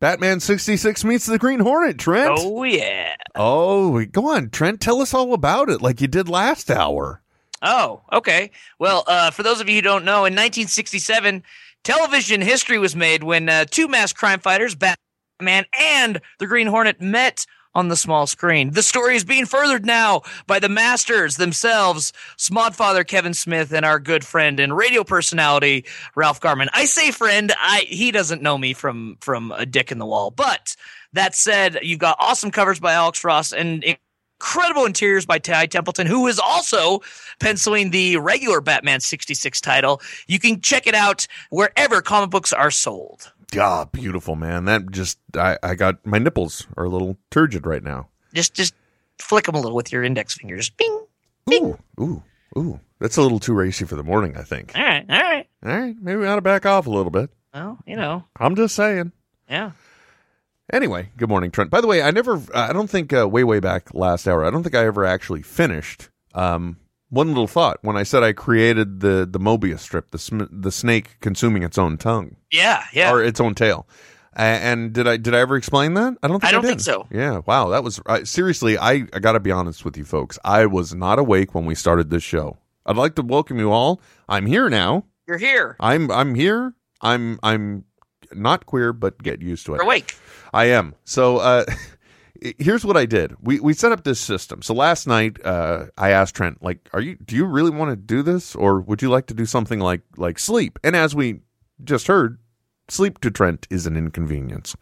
Speaker 2: Batman sixty six meets the Green Hornet. Trent,
Speaker 3: Oh yeah.
Speaker 2: oh, go on, Trent, tell us all about it, like you did last hour.
Speaker 3: Oh, okay. Well, uh, for those of you who don't know, in 1967, television history was made when uh, two masked crime fighters, Batman and the Green Hornet, met on the small screen. The story is being furthered now by the masters themselves, Smodfather Kevin Smith and our good friend and radio personality Ralph Garman. I say friend, I he doesn't know me from from a dick in the wall. But that said, you've got awesome covers by Alex Frost and incredible interiors by Ty Templeton, who is also penciling the regular Batman 66 title. You can check it out wherever comic books are sold.
Speaker 2: God, beautiful man. That just I, I got my nipples are a little turgid right now.
Speaker 3: Just just flick them a little with your index fingers. Bing.
Speaker 2: Ooh, ooh, ooh. That's a little too racy for the morning, I think.
Speaker 3: All right, all right.
Speaker 2: All right, maybe we ought to back off a little bit.
Speaker 3: Well, you know,
Speaker 2: I'm just saying.
Speaker 3: yeah.
Speaker 2: Anyway, good morning, Trent. By the way, I never, I don't think uh, way, way back last hour, I don't think I ever actually finished. Um, one little thought when I said I created the the Mobius strip, the sm- the snake consuming its own tongue
Speaker 3: Yeah, yeah.
Speaker 2: or its own tail. A- And did I did I ever explain that? I don't think
Speaker 3: I
Speaker 2: I,
Speaker 3: don't
Speaker 2: did.
Speaker 3: think so.
Speaker 2: Yeah. Wow. That was I seriously. I I got to be honest with you folks. I was not awake when we started this show. I'd like to welcome you all. I'm here now.
Speaker 3: You're here.
Speaker 2: I'm I'm here. I'm I'm not queer, but get used to it.
Speaker 3: You're awake.
Speaker 2: I am. So uh, here's what I did. We we set up this system. So last night, uh, I asked Trent, like, are you do you really want to do this, or would you like to do something like like sleep? And as we just heard, sleep to Trent is an inconvenience,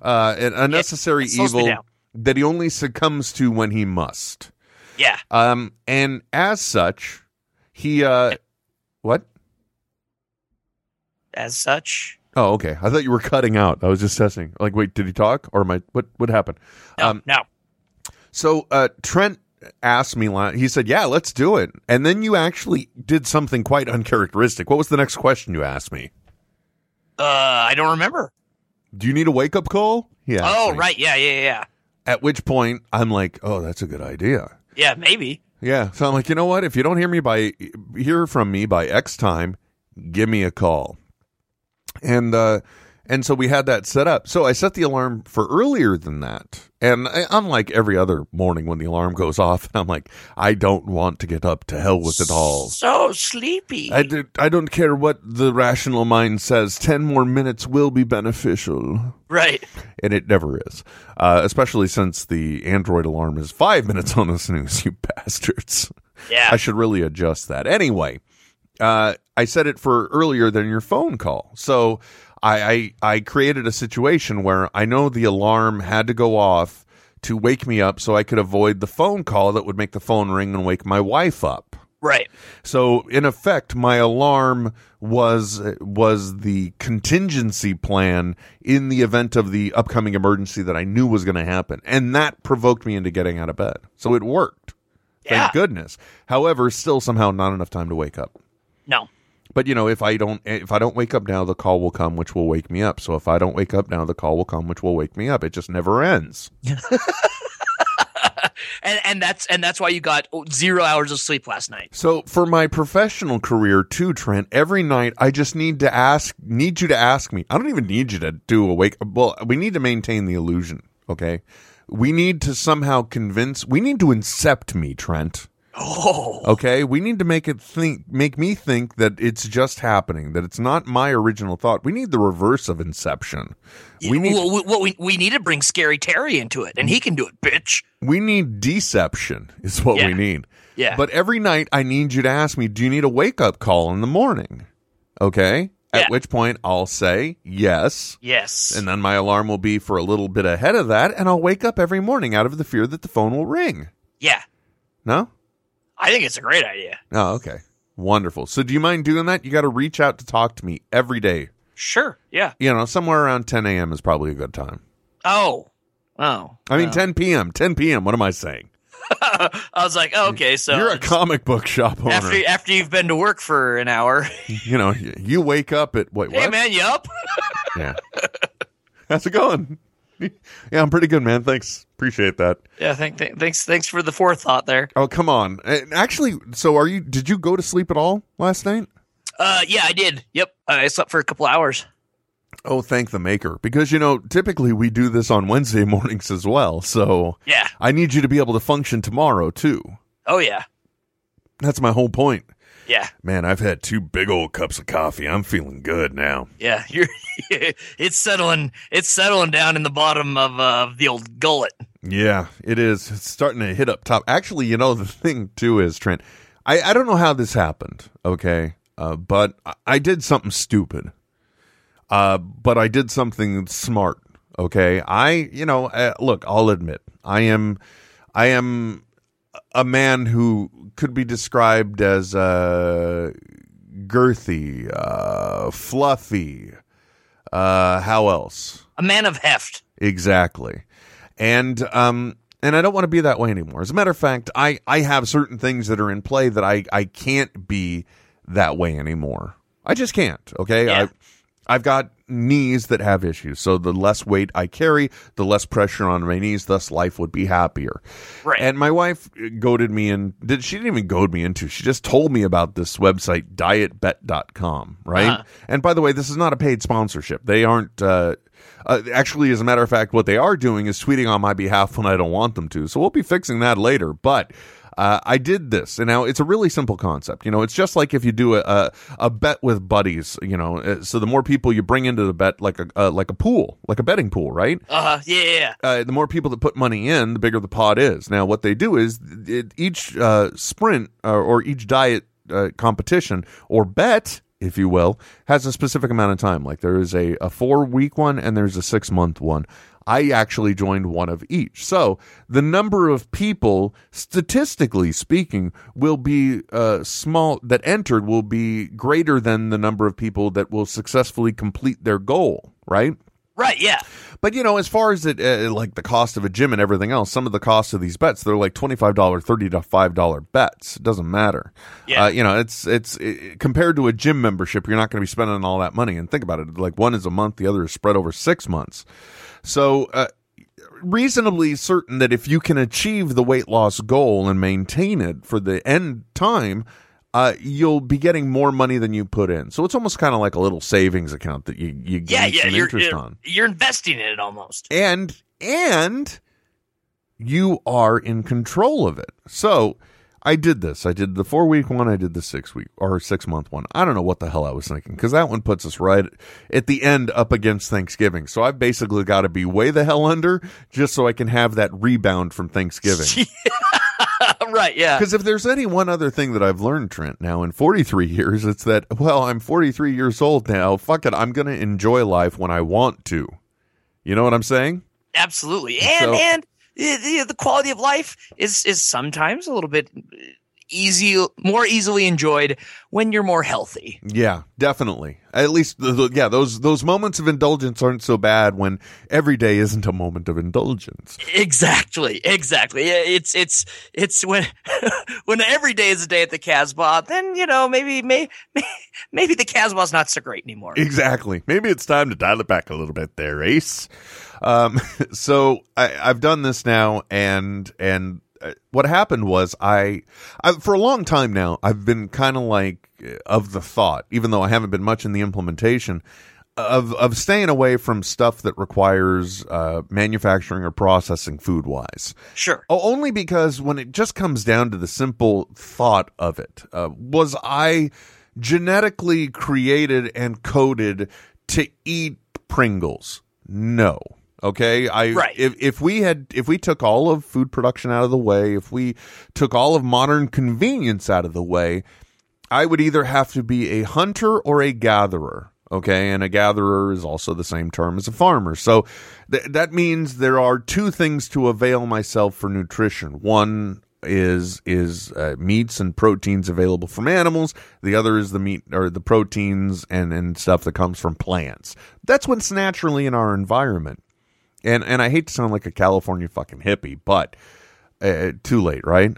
Speaker 2: uh, an unnecessary
Speaker 3: it slows me
Speaker 2: evil
Speaker 3: down.
Speaker 2: that he only succumbs to when he must.
Speaker 3: Yeah.
Speaker 2: Um, and as such, he uh, what?
Speaker 3: As such.
Speaker 2: Oh, okay. I thought you were cutting out. I was just testing. Like, wait, did he talk, or my what? What happened?
Speaker 3: No,
Speaker 2: Um,
Speaker 3: no.
Speaker 2: So uh, Trent asked me last. He said, "Yeah, let's do it." And then you actually did something quite uncharacteristic. What was the next question you asked me?
Speaker 3: Uh, I don't remember.
Speaker 2: Do you need a wake up call? Yeah.
Speaker 3: Oh, right. Yeah, yeah, yeah.
Speaker 2: At which point I'm like, "Oh, that's a good idea."
Speaker 3: Yeah, maybe.
Speaker 2: Yeah. So I'm like, you know what? If you don't hear me by hear from me by X time, give me a call. And uh and so we had that set up. So I set the alarm for earlier than that. And I, I'm like every other morning when the alarm goes off, and I'm like, I don't want to get up to hell with it all.
Speaker 3: So sleepy.
Speaker 2: Oh. I, did, I don't care what the rational mind says. Ten more minutes will be beneficial.
Speaker 3: right.
Speaker 2: And it never is, uh, especially since the Android alarm is five minutes on the snooze, you bastards. I
Speaker 3: Yeah.
Speaker 2: should really adjust that. Anyway, uh, I said it for earlier than your phone call. So I, I I created a situation where I know the alarm had to go off to wake me up so I could avoid the phone call that would make the phone ring and wake my wife up.
Speaker 3: Right.
Speaker 2: So in effect, my alarm was was the contingency plan in the event of the upcoming emergency that I knew was going to happen, and that provoked me into getting out of bed. So it worked,
Speaker 3: Yeah.
Speaker 2: thank goodness. However, still somehow not enough time to wake up.
Speaker 3: No.
Speaker 2: But you know, if I don't if I don't wake up now, the call will come, which will wake me up. So if I don't wake up now, the call will come, which will wake me up. It just never ends.
Speaker 3: And and that's and that's why you got zero hours of sleep last night.
Speaker 2: So for my professional career too, Trent, every night I just need to ask, need you to ask me. I don't even need you to do a wake. Well, we need to maintain the illusion. Okay. We need to somehow convince, we need to incept me, Trent.
Speaker 3: Oh.
Speaker 2: Okay. We need to make it think, make me think that it's just happening, that it's not my original thought. We need the reverse of inception. We need,
Speaker 3: Well, we, well, we, we need to bring Scary Terry into it, and he can do it, bitch.
Speaker 2: we need deception is what we
Speaker 3: Yeah.
Speaker 2: need.
Speaker 3: Yeah.
Speaker 2: But every night I need you to ask me, do you need a wake up call in the morning? Okay.
Speaker 3: Yeah.
Speaker 2: At which point I'll say yes.
Speaker 3: yes.
Speaker 2: And then my alarm will be for a little bit ahead of that. And I'll wake up every morning out of the fear that the phone will ring.
Speaker 3: yeah.
Speaker 2: No?
Speaker 3: I think it's a great idea.
Speaker 2: Oh, okay. Wonderful. So do you mind doing that? You got to reach out to talk to me every day.
Speaker 3: Sure. Yeah.
Speaker 2: You know, somewhere around 10 a.m. is probably a good time.
Speaker 3: Oh. Oh.
Speaker 2: I mean, 10 p.m. 10 p.m. What am I saying?
Speaker 3: I was like, oh, okay, so
Speaker 2: You're a comic book shop owner.
Speaker 3: after after you've been to work for an hour,
Speaker 2: you know, you you wake up at wait, what?
Speaker 3: hey man, you up?
Speaker 2: Yeah. How's it going? yeah, I'm pretty good, man. Thanks. Appreciate that.
Speaker 3: Yeah. Thank, th- thanks. Thanks for the forethought there.
Speaker 2: Oh, come on. And actually, so are you did you go to sleep at all last night?
Speaker 3: Uh, yeah, I did. Yep. I slept for a couple hours.
Speaker 2: Oh, thank the maker. Because you know, typically we do this on Wednesday mornings as well. So
Speaker 3: Yeah.
Speaker 2: I need you to be able to function tomorrow too.
Speaker 3: Oh yeah.
Speaker 2: That's my whole point.
Speaker 3: Yeah.
Speaker 2: Man, I've had two big old cups of coffee. I'm feeling good now.
Speaker 3: Yeah. You're. it's settling. It's settling down in the bottom of uh, the old gullet.
Speaker 2: Yeah, it is. It's starting to hit up top. Actually, you know, the thing too is, Trent, I, I don't know how this happened, okay? Uh, but I, I did something stupid. Uh, but I did something smart, okay? I, you know, uh, look, I'll admit, I am, I am a man who could be described as uh, girthy, uh, fluffy. Uh, how else?
Speaker 3: A man of heft.
Speaker 2: Exactly. And um and I don't want to be that way anymore. As a matter of fact, I I have certain things that are in play that I I can't be that way anymore. I just can't, okay?
Speaker 3: Yeah.
Speaker 2: I I've got knees that have issues. So the less weight I carry, the less pressure on my knees, thus life would be happier.
Speaker 3: Right.
Speaker 2: And my wife goaded me and did she didn't even goad me into. She just told me about this website dietbet.com, right?
Speaker 3: Uh-huh.
Speaker 2: And by the way, this is not a paid sponsorship. They aren't uh, uh actually as a matter of fact what they are doing is tweeting on my behalf when I don't want them to. So we'll be fixing that later, but uh, I did this, and now it's a really simple concept. You know, it's just like if you do a a, a bet with buddies. You know, uh, so the more people you bring into the bet, like a uh, like a pool, like a betting pool, right?
Speaker 3: Uh huh. Yeah. Yeah.
Speaker 2: uh, the more people that put money in, the bigger the pot is. Now, what they do is it, each uh, sprint uh, or each diet uh, competition or bet, if you will, has a specific amount of time. Like there is a, a four week one and there's a six month one. I actually joined one of each. So the number of people, statistically speaking, will be uh, small that entered will be greater than the number of people that will successfully complete their goal, right?
Speaker 3: Right. Yeah.
Speaker 2: But you know, as far as it uh, like the cost of a gym and everything else, some of the costs of these bets they're like twenty five dollar, thirty to five dollar bets. It doesn't matter.
Speaker 3: Yeah.
Speaker 2: Uh, you know, it's it's it, compared to a gym membership, you're not going to be spending all that money. And think about it, like one is a month, the other is spread over six months. So. Uh, reasonably certain that if you can achieve the weight loss goal and maintain it for the end time, uh, you'll be getting more money than you put in. So it's almost kind of like a little savings account that you you
Speaker 3: Yeah.
Speaker 2: gain
Speaker 3: Yeah.
Speaker 2: some
Speaker 3: You're
Speaker 2: interest
Speaker 3: you're,
Speaker 2: on
Speaker 3: you're investing in it almost.
Speaker 2: and and you are in control of it. So I did this. I did the four week one. I did the six week or six month one. I don't know what the hell I was thinking because that one puts us right at the end up against Thanksgiving. So I've basically got to be way the hell under just so I can have that rebound from Thanksgiving.
Speaker 3: right. right. Yeah.
Speaker 2: Because if there's any one other thing that I've learned, Trent, now in 43 years, it's that, well, I'm 43 years old now. Fuck it. I'm going to enjoy life when I want to. You know what I'm saying?
Speaker 3: Absolutely. And
Speaker 2: So-
Speaker 3: and the, the- the quality of life is is sometimes a little bit easy more easily enjoyed when you're more healthy.
Speaker 2: Yeah, definitely. At least, th th- yeah, those those moments of indulgence aren't so bad when every day isn't a moment of indulgence.
Speaker 3: Exactly. Exactly. Yeah, It's it's it's when when every day is a day at the Casbah, then you know, maybe may, may, maybe the Casbah's not so great anymore.
Speaker 2: Exactly. Maybe it's time to dial it back a little bit there, Ace. Um, so I, I've done this now, and and uh, what happened was I, I for a long time now I've been kind of like uh, of the thought, even though I haven't been much in the implementation of of staying away from stuff that requires uh, manufacturing or processing food wise.
Speaker 3: Sure.
Speaker 2: Oh, only because when it just comes down to the simple thought of it, uh, was I genetically created and coded to eat Pringles? No. Okay. I
Speaker 3: Right.
Speaker 2: if if we had if we took all of food production out of the way, if we took all of modern convenience out of the way, I would either have to be a hunter or a gatherer. Okay, and a gatherer is also the same term as a farmer. So th- that means there are two things to avail myself for nutrition. One is is uh, meats and proteins available from animals. The other is the meat or the proteins and and stuff that comes from plants. That's what's naturally in our environment. And and I hate to sound like a California fucking hippie, but uh, too late, right?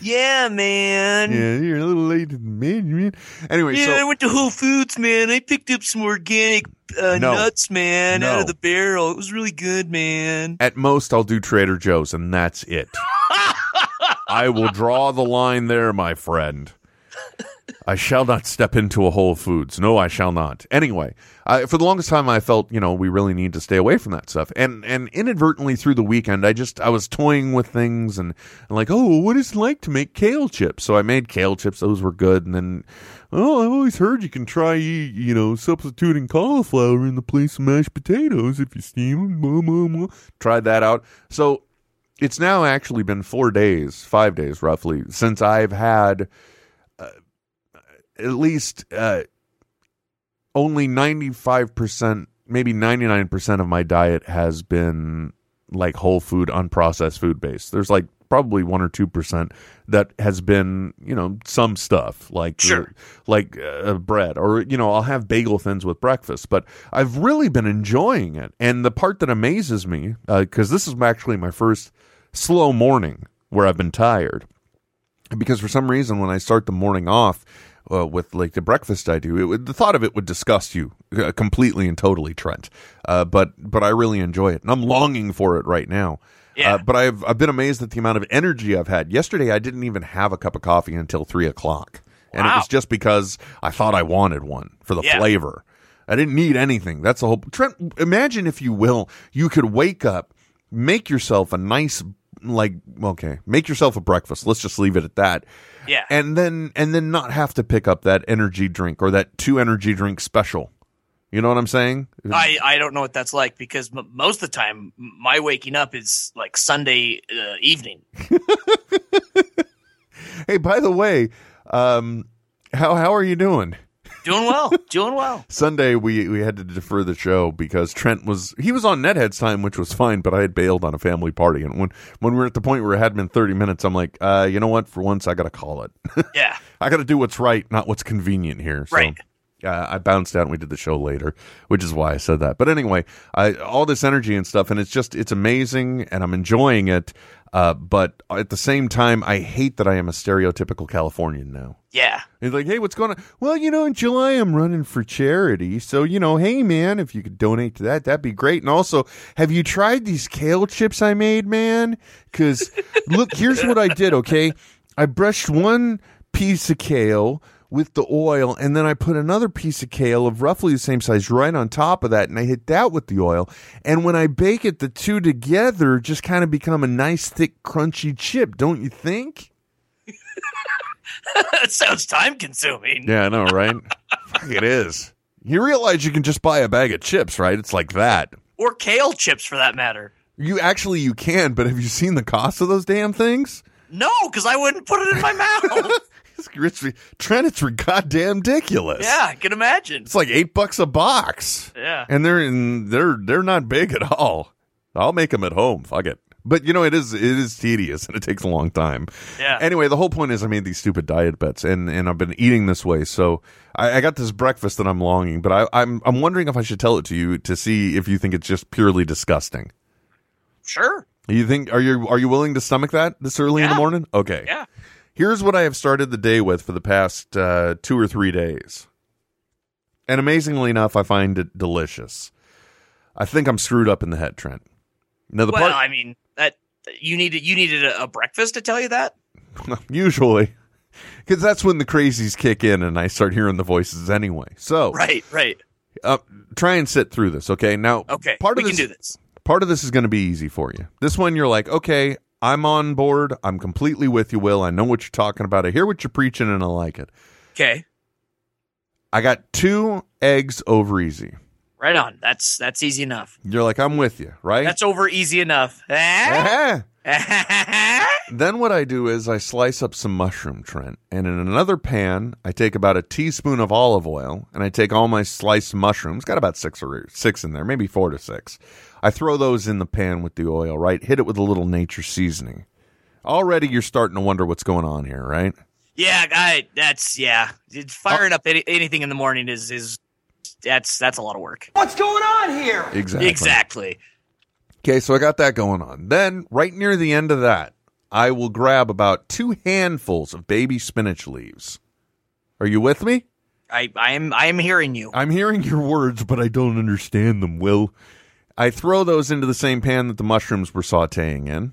Speaker 3: Yeah, man.
Speaker 2: Yeah, you're a little later than me. man. Anyway,
Speaker 3: Yeah,
Speaker 2: so
Speaker 3: I went to Whole Foods, man. I picked up some organic uh,
Speaker 2: No.
Speaker 3: nuts, man,
Speaker 2: No.
Speaker 3: out of the barrel. It was really good, man.
Speaker 2: At most, I'll do Trader Joe's, and that's it. I will draw the line there, my friend. I shall not step into a Whole Foods. No, I shall not. Anyway, I, for the longest time, I felt you know we really need to stay away from that stuff, and and inadvertently through the weekend, I just I was toying with things and, and like oh, what is it like to make kale chips? So I made kale chips; those were good. And then oh, I've always heard you can try you know substituting cauliflower in the place of mashed potatoes if you steam them. Blah, blah, blah. Tried that out. So it's now actually been four days, five days roughly, since I've had uh, at least uh, only 95%, maybe 99% of my diet has been like whole food, unprocessed food based. There's like probably one or 2% that has been, you know, some stuff like,
Speaker 3: Sure.
Speaker 2: like uh, bread or, you know, I'll have bagel thins with breakfast, but I've really been enjoying it. And the part that amazes me, because this is actually my first slow morning where I've been tired because for some reason when I start the morning off uh, with like the breakfast I do, it would, the thought of it would disgust you uh, completely and totally, Trent. Uh, but but I really enjoy it, and I'm longing for it right now.
Speaker 3: Yeah.
Speaker 2: Uh, but I've I've been amazed at the amount of energy I've had. Yesterday, I didn't even have a cup of coffee until three o'clock, and it
Speaker 3: Wow.
Speaker 2: was just because I thought I wanted one for the
Speaker 3: Yeah.
Speaker 2: flavor. I didn't need anything. That's the whole. Trent, imagine if you will, you could wake up, make yourself a nice like okay, make yourself a breakfast. Let's just leave it at that
Speaker 3: Yeah.
Speaker 2: and then and then not have to pick up that energy drink or that two energy drink special. You know what I'm saying?
Speaker 3: I, I don't know what that's like because m- most of the time m- my waking up is like Sunday uh, evening.
Speaker 2: hey, by the way, um, how how are you doing?
Speaker 3: Doing well, doing well.
Speaker 2: Sunday we we had to defer the show because Trent was he was on Nethead's time, which was fine, but I had bailed on a family party, and when when we were at the point where it had been 30 minutes, I'm like, uh, you know what? For once, I got to call it.
Speaker 3: Yeah,
Speaker 2: I got to do what's right, not what's convenient here. So.
Speaker 3: Right.
Speaker 2: Uh, I bounced out and we did the show later, which is why I said that. But anyway, I, all this energy and stuff, and it's just, it's amazing and I'm enjoying it. Uh, but at the same time, I hate that I am a stereotypical Californian now.
Speaker 3: yeah,
Speaker 2: He's like, hey, what's going on? Well, you know, in July I'm running for charity. So, you know, hey, man, if you could donate to that, that'd be great. And also, have you tried these kale chips I made, man? Because, look, here's what I did, okay? I brushed one piece of kale with the oil, and then I put another piece of kale of roughly the same size right on top of that, and I hit that with the oil. And when I bake it, the two together just kind of become a nice, thick, crunchy chip, don't you think?
Speaker 3: that sounds time consuming.
Speaker 2: Yeah, I know, right? Fuck, it is. You realize you can just buy a bag of chips, right? It's like that.
Speaker 3: Or kale chips for that matter.
Speaker 2: You actually you can, but have you seen the cost of those damn things?
Speaker 3: No, because I wouldn't put it in my mouth.
Speaker 2: It's, re- Trent, it's re- goddamn ridiculous.
Speaker 3: yeah, I can imagine.
Speaker 2: It's like eight bucks a box.
Speaker 3: Yeah.
Speaker 2: And they're in, they're they're not big at all. I'll make them at home. Fuck it. But you know it is it is tedious and it takes a long time.
Speaker 3: Yeah.
Speaker 2: Anyway, the whole point is I made these stupid diet bets and and I've been eating this way. So I, I got this breakfast that I'm longing, but I, I'm I'm wondering if I should tell it to you to see if you think it's just purely disgusting.
Speaker 3: Sure.
Speaker 2: You think are you are you willing to stomach that this early in the
Speaker 3: Yeah.
Speaker 2: morning? Okay.
Speaker 3: Yeah.
Speaker 2: Here's what I have started the day with for the past uh, two or three days. And amazingly enough, I find it delicious. I think I'm screwed up in the head, Trent. Now, the
Speaker 3: well,
Speaker 2: part
Speaker 3: I mean that you needed you needed a, a breakfast to tell you that.
Speaker 2: usually, because that's when the crazies kick in and I start hearing the voices anyway. So
Speaker 3: Right. Right.
Speaker 2: uh, try and sit through this, okay? Now,
Speaker 3: Okay.
Speaker 2: part
Speaker 3: we
Speaker 2: of
Speaker 3: can
Speaker 2: this,
Speaker 3: do this.
Speaker 2: part of this is going to be easy for you. This one, you're like, okay, I'm on board. I'm completely with you, Will. I know what you're talking about. I hear what you're preaching, and I like it.
Speaker 3: Okay.
Speaker 2: I got two eggs over easy.
Speaker 3: Right on. That's that's easy enough.
Speaker 2: You're like, I'm with you, right?
Speaker 3: That's over easy enough. Eh?
Speaker 2: Eh.
Speaker 3: okay.
Speaker 2: Then what I do is I slice up some mushroom, Trent, and in another pan I take about a teaspoon of olive oil, and I take all my sliced mushrooms. Got about six or six in there, maybe four to six. I throw those in the pan with the oil, right? Hit it with a little nature seasoning. Already you're starting to wonder what's going on here, right?
Speaker 3: Yeah, I, that's yeah. It's Firing up any, anything in the morning is is that's that's a lot of work.
Speaker 4: What's going on here?
Speaker 2: Exactly.
Speaker 3: Exactly.
Speaker 2: Okay, so I got that going on. Then, right near the end of that, I will grab about two handfuls of baby spinach leaves. Are you with me?
Speaker 3: I I am I am hearing you.
Speaker 2: I'm hearing your words, but I don't understand them, Will. I throw those into the same pan that the mushrooms were sauteing in,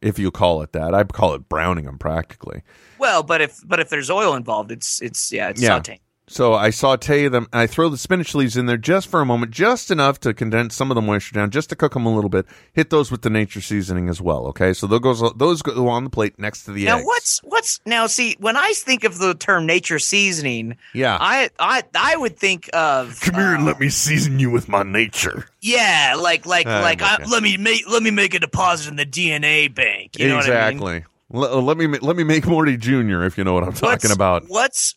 Speaker 2: if you call it that. I call it browning them practically.
Speaker 3: Well, but if but if there's oil involved, it's it's yeah, it's
Speaker 2: Yeah.
Speaker 3: sauteing.
Speaker 2: So I saute them and I throw the spinach leaves in there just for a moment, just enough to condense some of the moisture down, just to cook them a little bit. Hit those with the nature seasoning as well, okay? So those goes those go on the plate next to the
Speaker 3: Now
Speaker 2: eggs.
Speaker 3: what's what's now see when I think of the term nature seasoning,
Speaker 2: Yeah.
Speaker 3: I I I would think of uh,
Speaker 2: let me season you with my nature.
Speaker 3: yeah, like like
Speaker 2: I'm
Speaker 3: like I,
Speaker 2: okay.
Speaker 3: let me make let me make a deposit in the DNA bank. You know
Speaker 2: exactly.
Speaker 3: what I mean?
Speaker 2: L- let me ma- let me make Morty Jr. if you know what I'm talking
Speaker 3: What's-
Speaker 2: about.
Speaker 3: what's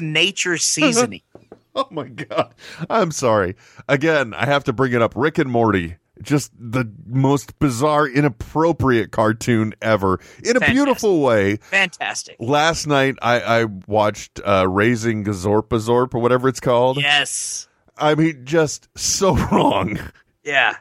Speaker 3: nature seasoning?
Speaker 2: Oh my god. I'm sorry. Again, I have to bring it up. Rick and Morty. Just the most bizarre, inappropriate cartoon ever. In a
Speaker 3: Fantastic.
Speaker 2: beautiful way.
Speaker 3: Fantastic.
Speaker 2: Last night I, I watched uh, Raising Gazorpazorp or whatever it's called.
Speaker 3: Yes.
Speaker 2: I mean, just so wrong.
Speaker 3: Yeah.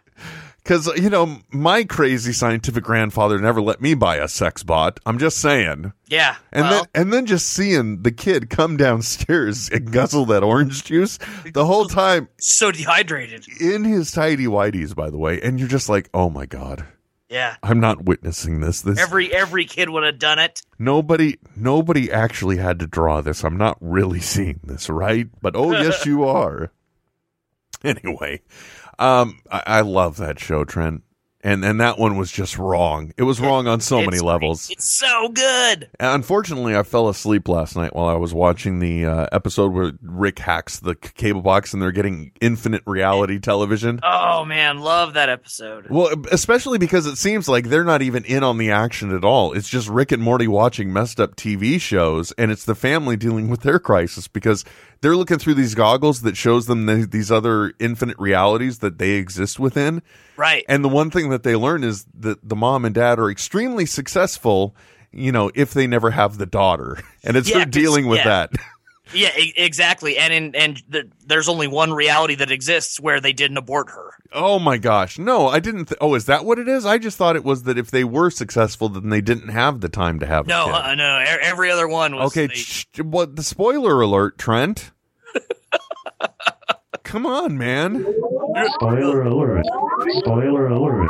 Speaker 2: Because, you know, my crazy scientific grandfather never let me buy a sex bot. I'm just saying.
Speaker 3: Yeah.
Speaker 2: And
Speaker 3: well,
Speaker 2: then and then just seeing the kid come downstairs and guzzle that orange juice the whole time
Speaker 3: so dehydrated.
Speaker 2: in his tidy whities, by the way, and you're just like, oh my god,
Speaker 3: Yeah.
Speaker 2: I'm not witnessing this. This
Speaker 3: Every every kid would have done it.
Speaker 2: nobody nobody actually had to draw this. I'm not really seeing this, right? But oh yes, you are. Anyway, um, I, I love that show, Trent. And and that one was just wrong. It was wrong on so many
Speaker 3: It's-
Speaker 2: levels.
Speaker 3: It's so good.
Speaker 2: Unfortunately, I fell asleep last night while I was watching the uh, episode where Rick hacks the c- cable box and they're getting infinite reality television.
Speaker 3: Oh man, love that episode.
Speaker 2: Well, especially because it seems like they're not even in on the action at all. It's just Rick and Morty watching messed up TV shows, and it's the family dealing with their crisis because they're looking through these goggles that shows them the, these other infinite realities that they exist within.
Speaker 3: Right.
Speaker 2: And the one thing that they learn is that the mom and dad are extremely successful, you know, if they never have the daughter. And it's
Speaker 3: Yeah,
Speaker 2: her
Speaker 3: 'cause-
Speaker 2: dealing with
Speaker 3: yeah.
Speaker 2: that.
Speaker 3: Yeah, e- exactly. And in, and th- there's only one reality that exists where they didn't abort her.
Speaker 2: Oh my gosh. No, I didn't. Th- oh, is that what it is? I just thought it was that if they were successful, then they didn't have the time to have
Speaker 3: No,
Speaker 2: a kid.
Speaker 3: uh, no. e- Every other one was.
Speaker 2: okay.
Speaker 3: they-
Speaker 2: Sh- what the spoiler alert, Trent? Come on, man.
Speaker 6: Spoiler alert. Spoiler alert.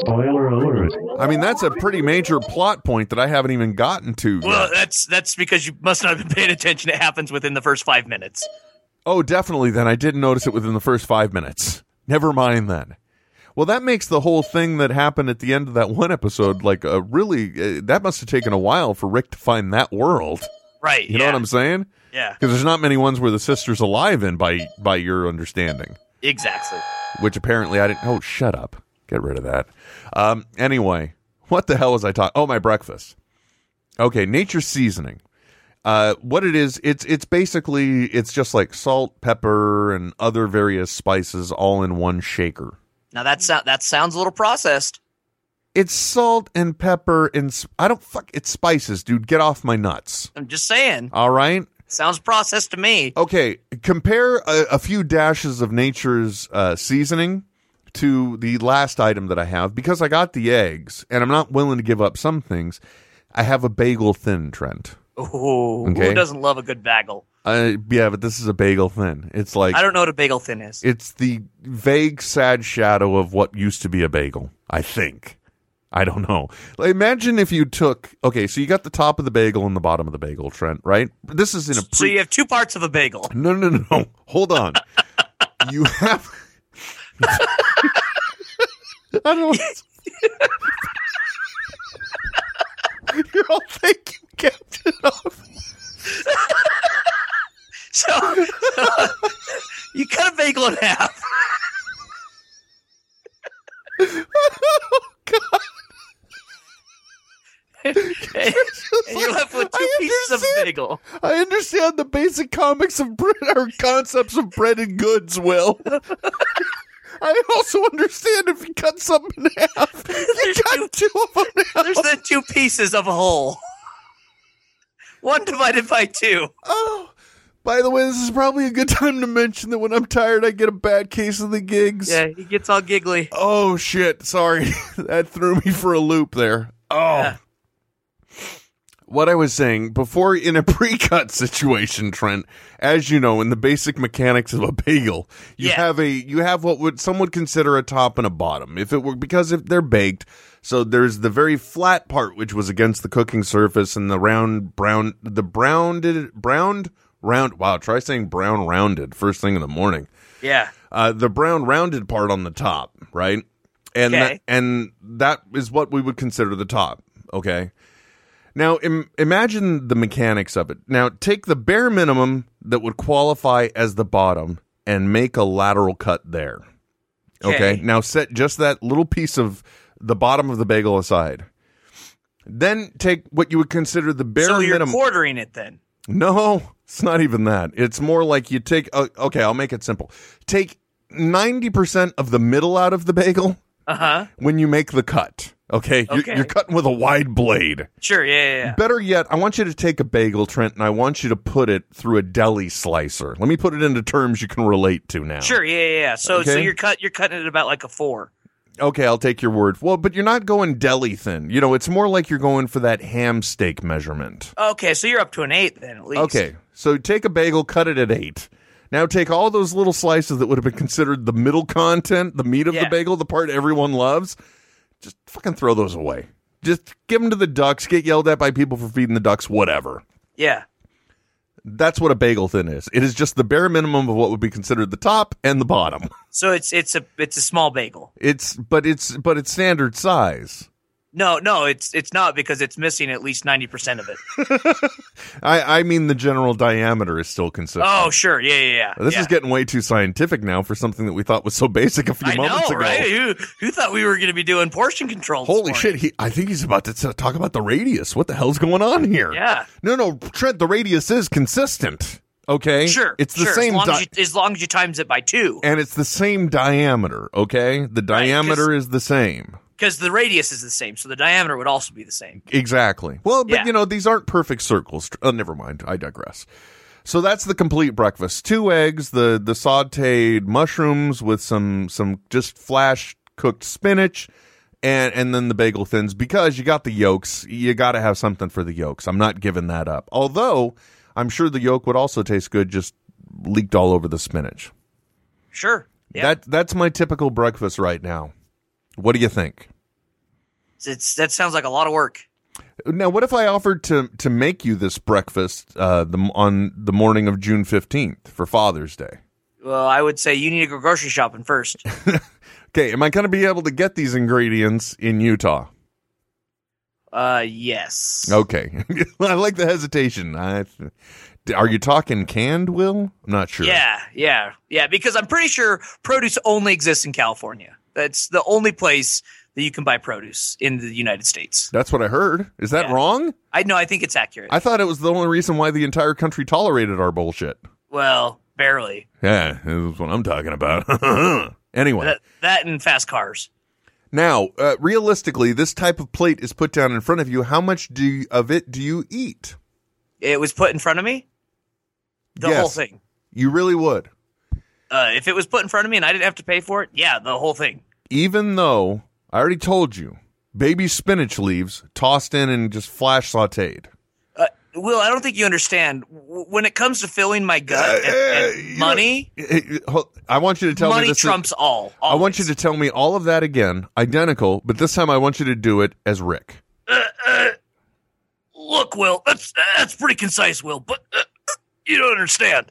Speaker 6: Spoiler alert.
Speaker 2: I mean, that's a pretty major plot point that I haven't even gotten to.
Speaker 3: well,
Speaker 2: yet.
Speaker 3: that's that's because you must not have been paying attention. It happens within the first five minutes.
Speaker 2: Oh, definitely. Then I didn't notice it within the first five minutes. Never mind then. Well, that makes the whole thing that happened at the end of that one episode like a really. Uh, that must have taken a while for Rick to find that world.
Speaker 3: Right.
Speaker 2: You know what I'm saying?
Speaker 3: Yeah.
Speaker 2: Because there's not many ones where the sister's alive in by by your understanding,
Speaker 3: Exactly.
Speaker 2: which apparently I didn't. Oh, shut up. Get rid of that. Um. Anyway, what the hell was I talking? Oh, my breakfast. Okay, nature seasoning. Uh, what it is, it's it's basically it's just like salt, pepper, and other various spices all in one shaker.
Speaker 3: Now that sound that sounds a little processed.
Speaker 2: It's salt and pepper and s- I don't fuck. It's spices, dude. Get off my nuts.
Speaker 3: I'm just saying,
Speaker 2: All right.
Speaker 3: sounds processed to me.
Speaker 2: Okay, compare a, a few dashes of nature's uh, seasoning to the last item that I have because I got the eggs and I'm not willing to give up some things. I have a bagel thin, Trent.
Speaker 3: Ooh,
Speaker 2: Okay.
Speaker 3: who doesn't love a good bagel?
Speaker 2: Uh, yeah, but this is a bagel thin. It's like
Speaker 3: I don't know what a bagel thin is.
Speaker 2: it's the vague, sad shadow of what used to be a bagel. I think. I don't know. Like, imagine if you took okay, so you got the top of the bagel and the bottom of the bagel, Trent. Right? This is in a pre-
Speaker 3: so you have two parts of a bagel.
Speaker 2: No, no, no, no. Hold on. you have. I don't know. what- You're all thinking, Captain.
Speaker 3: So, so you cut a bagel in half.
Speaker 2: Oh,
Speaker 3: Okay. And you're left with two
Speaker 2: I
Speaker 3: pieces of
Speaker 2: understand.
Speaker 3: bagel.
Speaker 2: I understand the basic comics of bread or concepts of bread and goods, Will. I also understand if you cut something in half, you
Speaker 3: There's
Speaker 2: cut two of them in half.
Speaker 3: There's the two pieces of a whole. One divided by two.
Speaker 2: Oh, by the way, this is probably a good time to mention that when I'm tired, I get a bad case of the gigs.
Speaker 3: Yeah, he gets all giggly.
Speaker 2: Oh shit! Sorry, that threw me for a loop there. Oh,
Speaker 3: Yeah.
Speaker 2: what I was saying before in a pre-cut situation, Trent. As you know, in the basic mechanics of a bagel, you
Speaker 3: Yeah.
Speaker 2: have a you have what would some would consider a top and a bottom. If it were because if they're baked, so there's the very flat part which was against the cooking surface, and the round brown the browned browned round. Wow, try saying brown rounded first thing in the morning
Speaker 3: Yeah.
Speaker 2: uh, the brown rounded part on the top, right? And
Speaker 3: Okay.
Speaker 2: that, and that is what we would consider the top. Okay. Now Im- imagine the mechanics of it. Now take the bare minimum that would qualify as the bottom and make a lateral cut there. Okay.
Speaker 3: Okay.
Speaker 2: Now set just that little piece of the bottom of the bagel aside. Then take what you would consider the bare
Speaker 3: so you're
Speaker 2: minimum.
Speaker 3: quartering it then.
Speaker 2: No, it's not even that. It's more like you take, uh, okay, I'll make it simple. Take 90% of the middle out of the bagel
Speaker 3: Uh huh.
Speaker 2: when you make the cut. Okay. You're,
Speaker 3: Okay.
Speaker 2: you're cutting with a wide blade.
Speaker 3: Sure. Yeah. Yeah. yeah.
Speaker 2: Better yet, I want you to take a bagel, Trent, and I want you to put it through a deli slicer. Let me put it into terms you can relate to now.
Speaker 3: Sure. Yeah. Yeah. yeah. So so
Speaker 2: Okay.
Speaker 3: you're cut. You're cutting it about like a four.
Speaker 2: Okay, I'll take your word. Well, but you're not going deli thin. You know, it's more like you're going for that ham steak measurement.
Speaker 3: Okay. So you're up to an eight then at least.
Speaker 2: Okay, so take a bagel, cut it at eight. Now take all those little slices that would have been considered the middle content, the meat of the
Speaker 3: Yeah.
Speaker 2: bagel, the part everyone loves. Just fucking throw those away. Just give them to the ducks. Get yelled at by people for feeding the ducks. Whatever.
Speaker 3: Yeah.
Speaker 2: That's what a bagel thin is. It is just the bare minimum of what would be considered the top and the bottom.
Speaker 3: So it's it's a it's a small bagel.
Speaker 2: It's but it's but it's standard size.
Speaker 3: No, no, it's it's not because it's missing at least ninety percent of it.
Speaker 2: I I mean the general diameter is still consistent.
Speaker 3: Oh, sure, yeah, yeah, yeah.
Speaker 2: This
Speaker 3: yeah.
Speaker 2: is getting way too scientific now for something that we thought was so basic a few
Speaker 3: I know,
Speaker 2: moments ago.
Speaker 3: right? Who who thought we were going to be doing portion control? this
Speaker 2: Holy
Speaker 3: morning?
Speaker 2: shit! He, I think he's about to t- talk about the radius. What the hell's going on here?
Speaker 3: Yeah.
Speaker 2: No, no, Trent. The radius is consistent. Okay.
Speaker 3: Sure,
Speaker 2: It's the
Speaker 3: sure,
Speaker 2: same,
Speaker 3: As long, as,
Speaker 2: di-
Speaker 3: you, as long as you times it by two,
Speaker 2: and it's the same diameter. Okay. The diameter is the same.
Speaker 3: because the radius is the same, so the diameter would also be the same.
Speaker 2: Exactly. Well, but
Speaker 3: Yeah.
Speaker 2: you know these aren't perfect circles. Oh, never mind. I digress. So that's the complete breakfast: two eggs, the the sautéed mushrooms with some some just flash cooked spinach, and and then the bagel thins because you got the yolks. You got to have something for the yolks. I'm not giving that up. Although I'm sure the yolk would also taste good just leaked all over the spinach.
Speaker 3: Sure. Yeah.
Speaker 2: That that's my typical breakfast right now. What do you think?
Speaker 3: it's that sounds like a lot of work.
Speaker 2: Now, what if I offered to to make you this breakfast uh, the, on the morning of June fifteenth for Father's Day?
Speaker 3: Well, I would say you need to go grocery shopping first.
Speaker 2: Okay, am I going to be able to get these ingredients in Utah?
Speaker 3: Uh, yes.
Speaker 2: Okay, I like the hesitation. I, are you talking canned? Will I'm not sure.
Speaker 3: Yeah, yeah, yeah. Because I'm pretty sure produce only exists in California. That's the only place that you can buy produce in the United States.
Speaker 2: That's what I heard. Is that
Speaker 3: Yeah.
Speaker 2: wrong?
Speaker 3: I know. I think it's accurate.
Speaker 2: I thought it was the only reason why the entire country tolerated our bullshit.
Speaker 3: well, barely.
Speaker 2: Yeah, that's what I'm talking about. anyway,
Speaker 3: That, that and fast cars.
Speaker 2: now uh, realistically, this type of plate is put down in front of you. How much do you, of it do you eat?
Speaker 3: It was put in front of me. The whole
Speaker 2: Yes.
Speaker 3: thing.
Speaker 2: You really would,
Speaker 3: Uh, if it was put in front of me and I didn't have to pay for it, yeah, the whole thing.
Speaker 2: even though I already told you, baby spinach leaves tossed in and just flash sautéed.
Speaker 3: Uh, Will, I don't think you understand. W- When it comes to filling my gut and,
Speaker 2: Uh,
Speaker 3: and
Speaker 2: you know-
Speaker 3: money,
Speaker 2: Eh, eh, hold- I want you to tell me
Speaker 3: money
Speaker 2: this. is-
Speaker 3: trumps all.
Speaker 2: I want you
Speaker 3: always.
Speaker 2: to tell me all of that again, identical, but this time I want you to do it as Rick.
Speaker 3: look, Will, that's that's pretty concise, Will, but uh, you don't understand.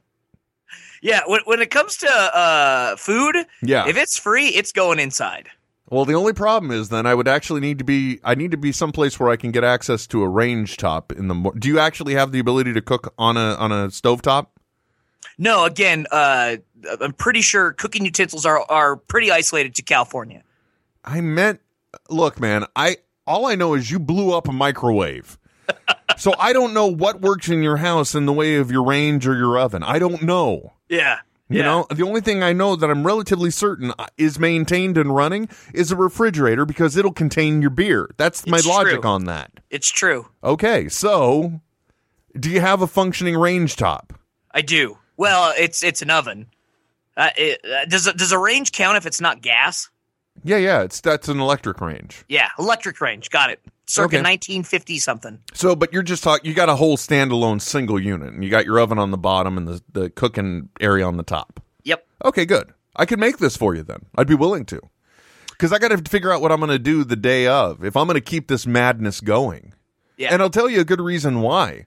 Speaker 3: Yeah, when, when it comes to uh, food,
Speaker 2: Yeah.
Speaker 3: if it's free, it's going inside.
Speaker 2: Well, the only problem is then I would actually need to be I need to be someplace where I can get access to a range top in the mor- Do you actually have the ability to cook on a on a stovetop?
Speaker 3: No, again, uh, I'm pretty sure cooking utensils are are pretty isolated to California.
Speaker 2: I meant look, man, I all I know is you blew up a microwave. so I don't know what works in your house in the way of your range or your oven. I don't know.
Speaker 3: Yeah,
Speaker 2: You
Speaker 3: yeah.
Speaker 2: know, the only thing I know that I'm relatively certain uh, is maintained and running is a refrigerator because it'll contain your beer. That's my
Speaker 3: It's
Speaker 2: logic
Speaker 3: true.
Speaker 2: on that.
Speaker 3: it's true.
Speaker 2: Okay, so do you have a functioning range top?
Speaker 3: I do. Well, it's it's an oven. Uh, it, uh, does a- does a range count if it's not gas?
Speaker 2: Yeah, yeah, it's that's an electric range.
Speaker 3: Yeah, electric range. Got it.
Speaker 2: Okay.
Speaker 3: Circa 1950 something.
Speaker 2: So, but you're just talking. You got a whole standalone single unit, and you got your oven on the bottom and the the cooking area on the top.
Speaker 3: Yep.
Speaker 2: Okay, good. I could make this for you then. I'd be willing to, because I got to figure out what I'm going to do the day of if I'm going to keep this madness going.
Speaker 3: Yeah.
Speaker 2: And I'll tell you a good reason why.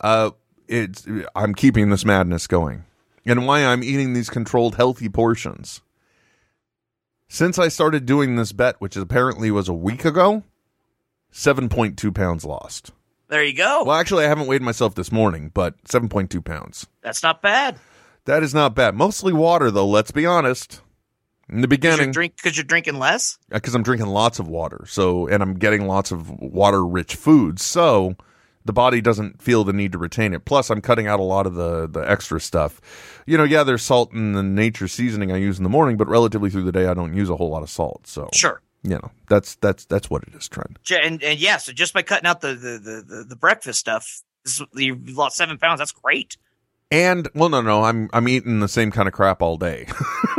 Speaker 2: Uh, it's I'm keeping this madness going, and why I'm eating these controlled, healthy portions. Since I started doing this bet, which apparently was a week ago, seven point two pounds lost.
Speaker 3: there you go.
Speaker 2: Well, actually, I haven't weighed myself this morning, but seven point two pounds.
Speaker 3: That's not bad.
Speaker 2: That is not bad. Mostly water, though. Let's be honest. In the
Speaker 3: Because you're,
Speaker 2: beginning,
Speaker 3: drink, 'cause you're drinking less.
Speaker 2: because I'm drinking lots of water. So, and I'm getting lots of water rich foods. So the body doesn't feel the need to retain it. Plus, I'm cutting out a lot of the, the extra stuff. You know, yeah, there's salt in the nature seasoning I use in the morning, but relatively through the day, I don't use a whole lot of salt. So,
Speaker 3: Sure.
Speaker 2: you know, that's, that's, that's what it is, Trent.
Speaker 3: J- And, and yeah, so just by cutting out the the, the, the, the breakfast stuff, this, you lost seven pounds. That's great.
Speaker 2: And well, no, no, I'm, I'm eating the same kind of crap all day.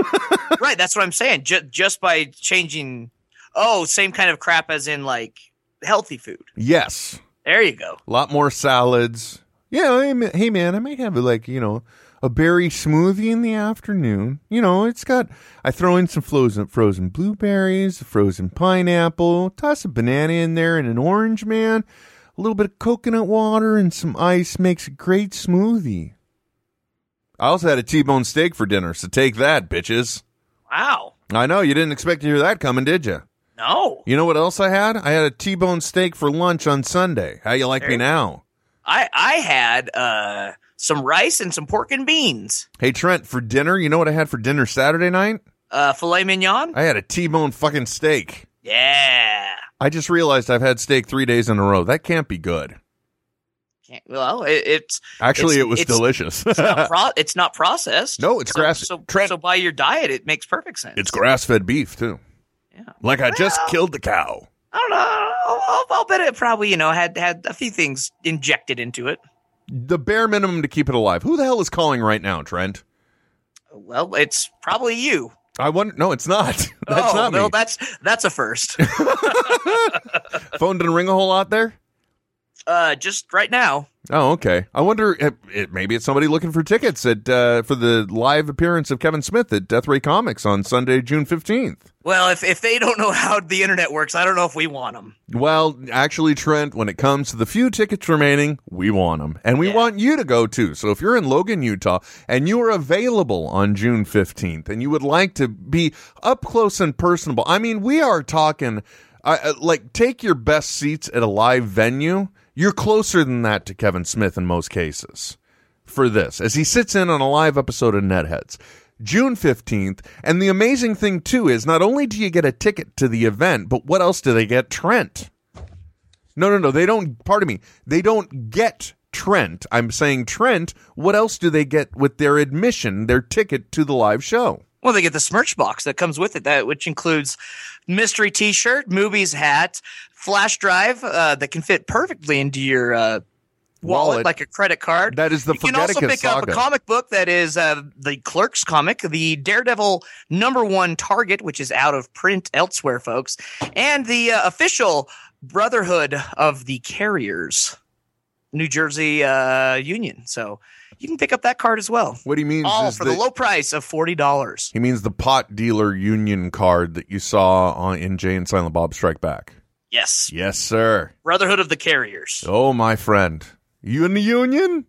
Speaker 3: right. That's what I'm saying. J- just by changing, oh, same kind of crap as in like healthy food.
Speaker 2: yes.
Speaker 3: There you go.
Speaker 2: a lot more salads. Yeah, hey, ma- hey man, I might have like you know a berry smoothie in the afternoon. You know, it's got I throw in some frozen frozen blueberries, frozen pineapple, toss a banana in there, and an orange man. A little bit of coconut water and some ice makes a great smoothie. I also had a T-bone steak for dinner, so take that, bitches.
Speaker 3: Wow.
Speaker 2: I know you didn't expect to hear that coming, did you?
Speaker 3: No,
Speaker 2: You know what else I had? I had a T-bone steak for lunch on Sunday. How you like me
Speaker 3: There-
Speaker 2: now?
Speaker 3: I I had uh some rice and some pork and beans,
Speaker 2: Hey Trent, for dinner, you know what I had for dinner Saturday night?
Speaker 3: uh filet mignon.
Speaker 2: I had a T-bone fucking steak.
Speaker 3: Yeah.
Speaker 2: I just realized I've had steak 3 days in a row. That can't be good.
Speaker 3: Can't, well, it, it's
Speaker 2: Actually,
Speaker 3: It's-
Speaker 2: it was
Speaker 3: it's-
Speaker 2: delicious.
Speaker 3: not pro- it's not processed.
Speaker 2: No, it's
Speaker 3: so,
Speaker 2: grass-
Speaker 3: So,
Speaker 2: Trent-
Speaker 3: so by your diet, it makes perfect sense.
Speaker 2: it's grass-fed beef, too.
Speaker 3: Yeah.
Speaker 2: Like I just
Speaker 3: Well-
Speaker 2: killed the cow.
Speaker 3: I don't know. I'll, I'll, I'll bet it probably you know had had a few things injected into it.
Speaker 2: The bare minimum to keep it alive. Who the hell is calling right now, Trent?
Speaker 3: Well, it's probably you.
Speaker 2: I wonder No, it's not. That's
Speaker 3: oh,
Speaker 2: not me.
Speaker 3: well, that's that's a first.
Speaker 2: Phone didn't ring a whole lot there?
Speaker 3: uh, just right now.
Speaker 2: Oh, okay. I wonder if it, maybe it's somebody looking for tickets at uh, for the live appearance of Kevin Smith at Death Ray Comics on Sunday, June 15th.
Speaker 3: Well, if if they don't know how the internet works, I don't know if we want them.
Speaker 2: Well, actually, Trent, when it comes to the few tickets remaining, we want them. And we
Speaker 3: Yeah.
Speaker 2: want you to go too. So if you're in Logan, Utah, and you are available on June 15th and you would like to be up close and personable, I mean, we are talking uh, uh, like take your best seats at a live venue. You're closer than that to Kevin Smith in most cases for this as he sits in on a live episode of Netheads. June 15th. And the amazing thing, too, is not only do you get a ticket to the event, but what else do they get? Trent. No, no, no. They don't, pardon me, they don't get Trent. I'm saying Trent. What else do they get with their admission, their ticket to the live show?
Speaker 3: Well, they get the smirch box that comes with it, that which includes mystery T-shirt, movies hat, flash drive uh, that can fit perfectly into your uh, wallet,
Speaker 2: Wallet.
Speaker 3: like a credit card.
Speaker 2: That is the
Speaker 3: you can also
Speaker 2: Forgeticus
Speaker 3: pick up
Speaker 2: saga.
Speaker 3: a comic book that is uh, the Clerks comic, the Daredevil number one target, which is out of print elsewhere, folks, and the uh, official Brotherhood of the Carriers, New Jersey uh, Union. So you can pick up that card as well,
Speaker 2: What he means
Speaker 3: all
Speaker 2: is
Speaker 3: Oh, for
Speaker 2: that-
Speaker 3: the low price of forty dollars.
Speaker 2: He means the pot dealer union card that you saw on, in Jay and Silent Bob Strike Back.
Speaker 3: Yes,
Speaker 2: Yes, sir.
Speaker 3: Brotherhood of the Carriers.
Speaker 2: Oh, my friend. You in the union?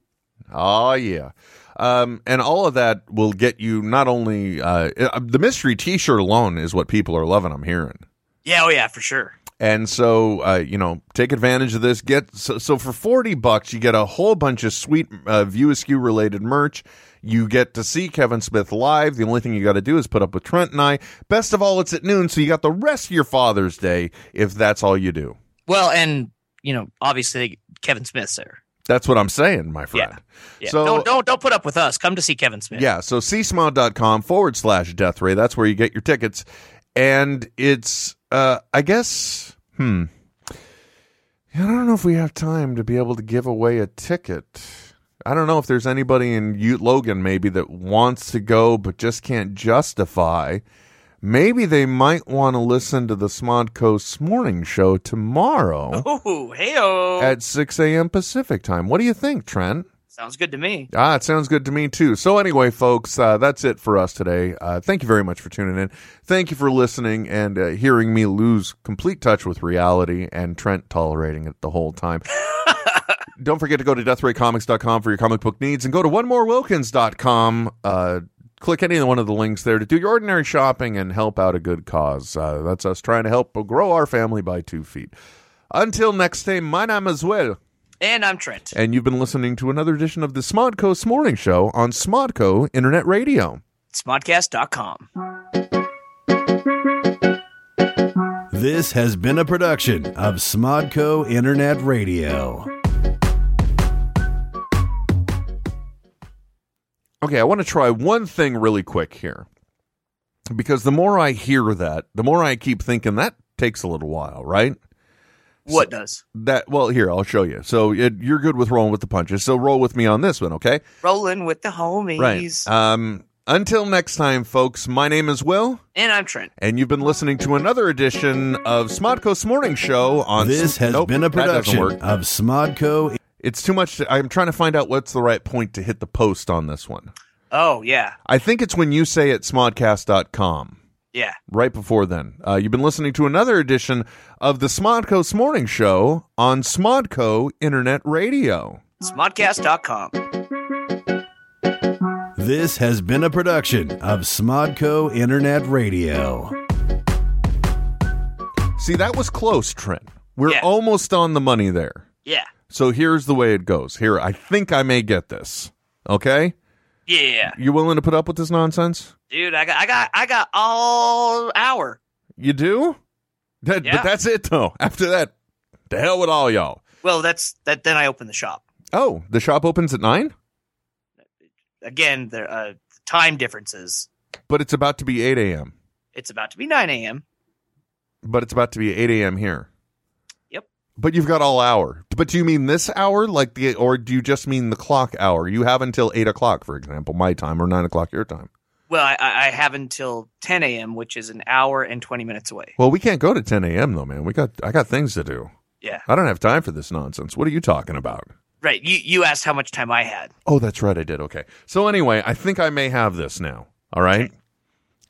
Speaker 2: Oh, yeah. Um, and all of that will get you not only uh, uh, the mystery t shirt alone is what people are loving, I'm hearing.
Speaker 3: Yeah, oh yeah, for sure.
Speaker 2: And so, uh, you know, take advantage of this. Get so, so for forty bucks, you get a whole bunch of sweet uh, View Askew related merch. You get to see Kevin Smith live. The only thing you got to do is put up with Trent and I. Best of all, it's at noon, so you got the rest of your Father's Day if that's all you do.
Speaker 3: Well, and you know, obviously Kevin Smith's there.
Speaker 2: That's what I'm saying, my friend.
Speaker 3: Yeah.
Speaker 2: So-
Speaker 3: don't don't don't put up with us. Come to see Kevin Smith.
Speaker 2: Yeah, so csmile.com forward slash death ray. That's where you get your tickets. And it's, uh, I guess, hmm. I don't know if we have time to be able to give away a ticket. I don't know if there's anybody in Ute Logan maybe that wants to go but just can't justify. Maybe they might want to listen to the Smodcoast morning show tomorrow
Speaker 3: Oh, heyo.
Speaker 2: at 6 a.m. Pacific time. What do you think, Trent?
Speaker 3: Sounds good to me.
Speaker 2: Ah, it sounds good to me too. So anyway, folks, uh, that's it for us today. Uh, thank you very much for tuning in. Thank you for listening and uh, hearing me lose complete touch with reality and Trent tolerating it the whole time. Don't forget to go to deathraycomics.com for your comic book needs and go to onemorewilkins.com. Uh, click any one of the links there to do your ordinary shopping and help out a good cause. Uh, that's us trying to help grow our family by two feet. Until next time, my name is Will.
Speaker 3: And I'm Trent.
Speaker 2: And you've been listening to another edition of the Smodco's Morning Show on Smodco Internet Radio.
Speaker 3: Smodcast.com.
Speaker 1: This has been a production of Smodco Internet Radio.
Speaker 2: Okay, I want to try one thing really quick here. Because the more I hear that, the more I keep thinking that takes a little while, right?
Speaker 3: What does?
Speaker 2: That well, here I'll show you. So it, you're good with rolling with the punches. So roll with me on this one, okay?
Speaker 3: Rolling with the homies.
Speaker 2: Right. Um, until next time, folks. My name is Will,
Speaker 3: and I'm Trent.
Speaker 2: and you've been listening to another edition of Smodco's Morning Show on.
Speaker 1: This has
Speaker 2: Nope,
Speaker 1: been a
Speaker 2: that doesn't
Speaker 1: production
Speaker 2: work.
Speaker 1: of Smodco
Speaker 2: it's too much. To, I'm trying to find out what's the right point to hit the post on this one.
Speaker 3: Oh, yeah.
Speaker 2: I think it's when you say it's smodcast.com.
Speaker 3: Yeah.
Speaker 2: Right before then, uh, you've been listening to another edition of the Smodco's Morning Show on Smodco Internet Radio.
Speaker 3: Smodcast.com.
Speaker 1: This has been a production of Smodco Internet Radio.
Speaker 2: See, that was close, Trent. We're
Speaker 3: Yeah.
Speaker 2: almost on the money there.
Speaker 3: Yeah.
Speaker 2: So here's the way it goes. Here, I think I may get this. Okay,
Speaker 3: Yeah.
Speaker 2: you willing to put up with this nonsense?
Speaker 3: Dude, I got I got I got all hour.
Speaker 2: You do? That,
Speaker 3: Yeah.
Speaker 2: But that's it, though. After that, to hell with all y'all.
Speaker 3: Well, that's that then I open the shop.
Speaker 2: Oh, the shop opens at nine,
Speaker 3: Again, the uh, time differences.
Speaker 2: but it's about to be eight a.m.
Speaker 3: It's about to be 9 a.m.
Speaker 2: But it's about to be eight a.m. here.
Speaker 3: Yep.
Speaker 2: But you've got all hour. But do you mean this hour, like the, or do you just mean the clock hour? You have until eight o'clock, for example, my time, or nine o'clock your time.
Speaker 3: Well, I, I I have until 10 a.m., which is an hour and 20 minutes away.
Speaker 2: Well, we can't go to ten a.m. though, man. We got I got things to do.
Speaker 3: Yeah,
Speaker 2: I don't have time for this nonsense. What are you talking about?
Speaker 3: right. You you asked how much time I had.
Speaker 2: Oh, that's right, I did. Okay. So anyway, I think I may have this now. All right.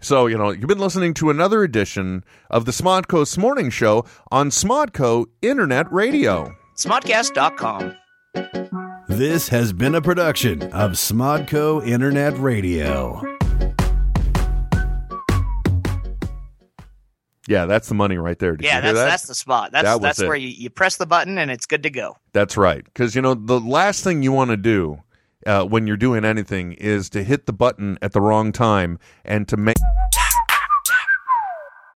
Speaker 2: So, you know, you've been listening to another edition of the Smodco's Morning Show on Smodco Internet Radio.
Speaker 3: Smodcast.com.
Speaker 1: This has been a production of Smodco Internet Radio.
Speaker 2: Yeah, that's the money right there. Did
Speaker 3: Yeah,
Speaker 2: you hear
Speaker 3: that's
Speaker 2: that?
Speaker 3: that's the spot. That's
Speaker 2: That was
Speaker 3: that's
Speaker 2: it.
Speaker 3: where you, you press the button and it's good to go.
Speaker 2: That's right. Because, you know, the last thing you want to do uh, when you're doing anything is to hit the button at the wrong time and to make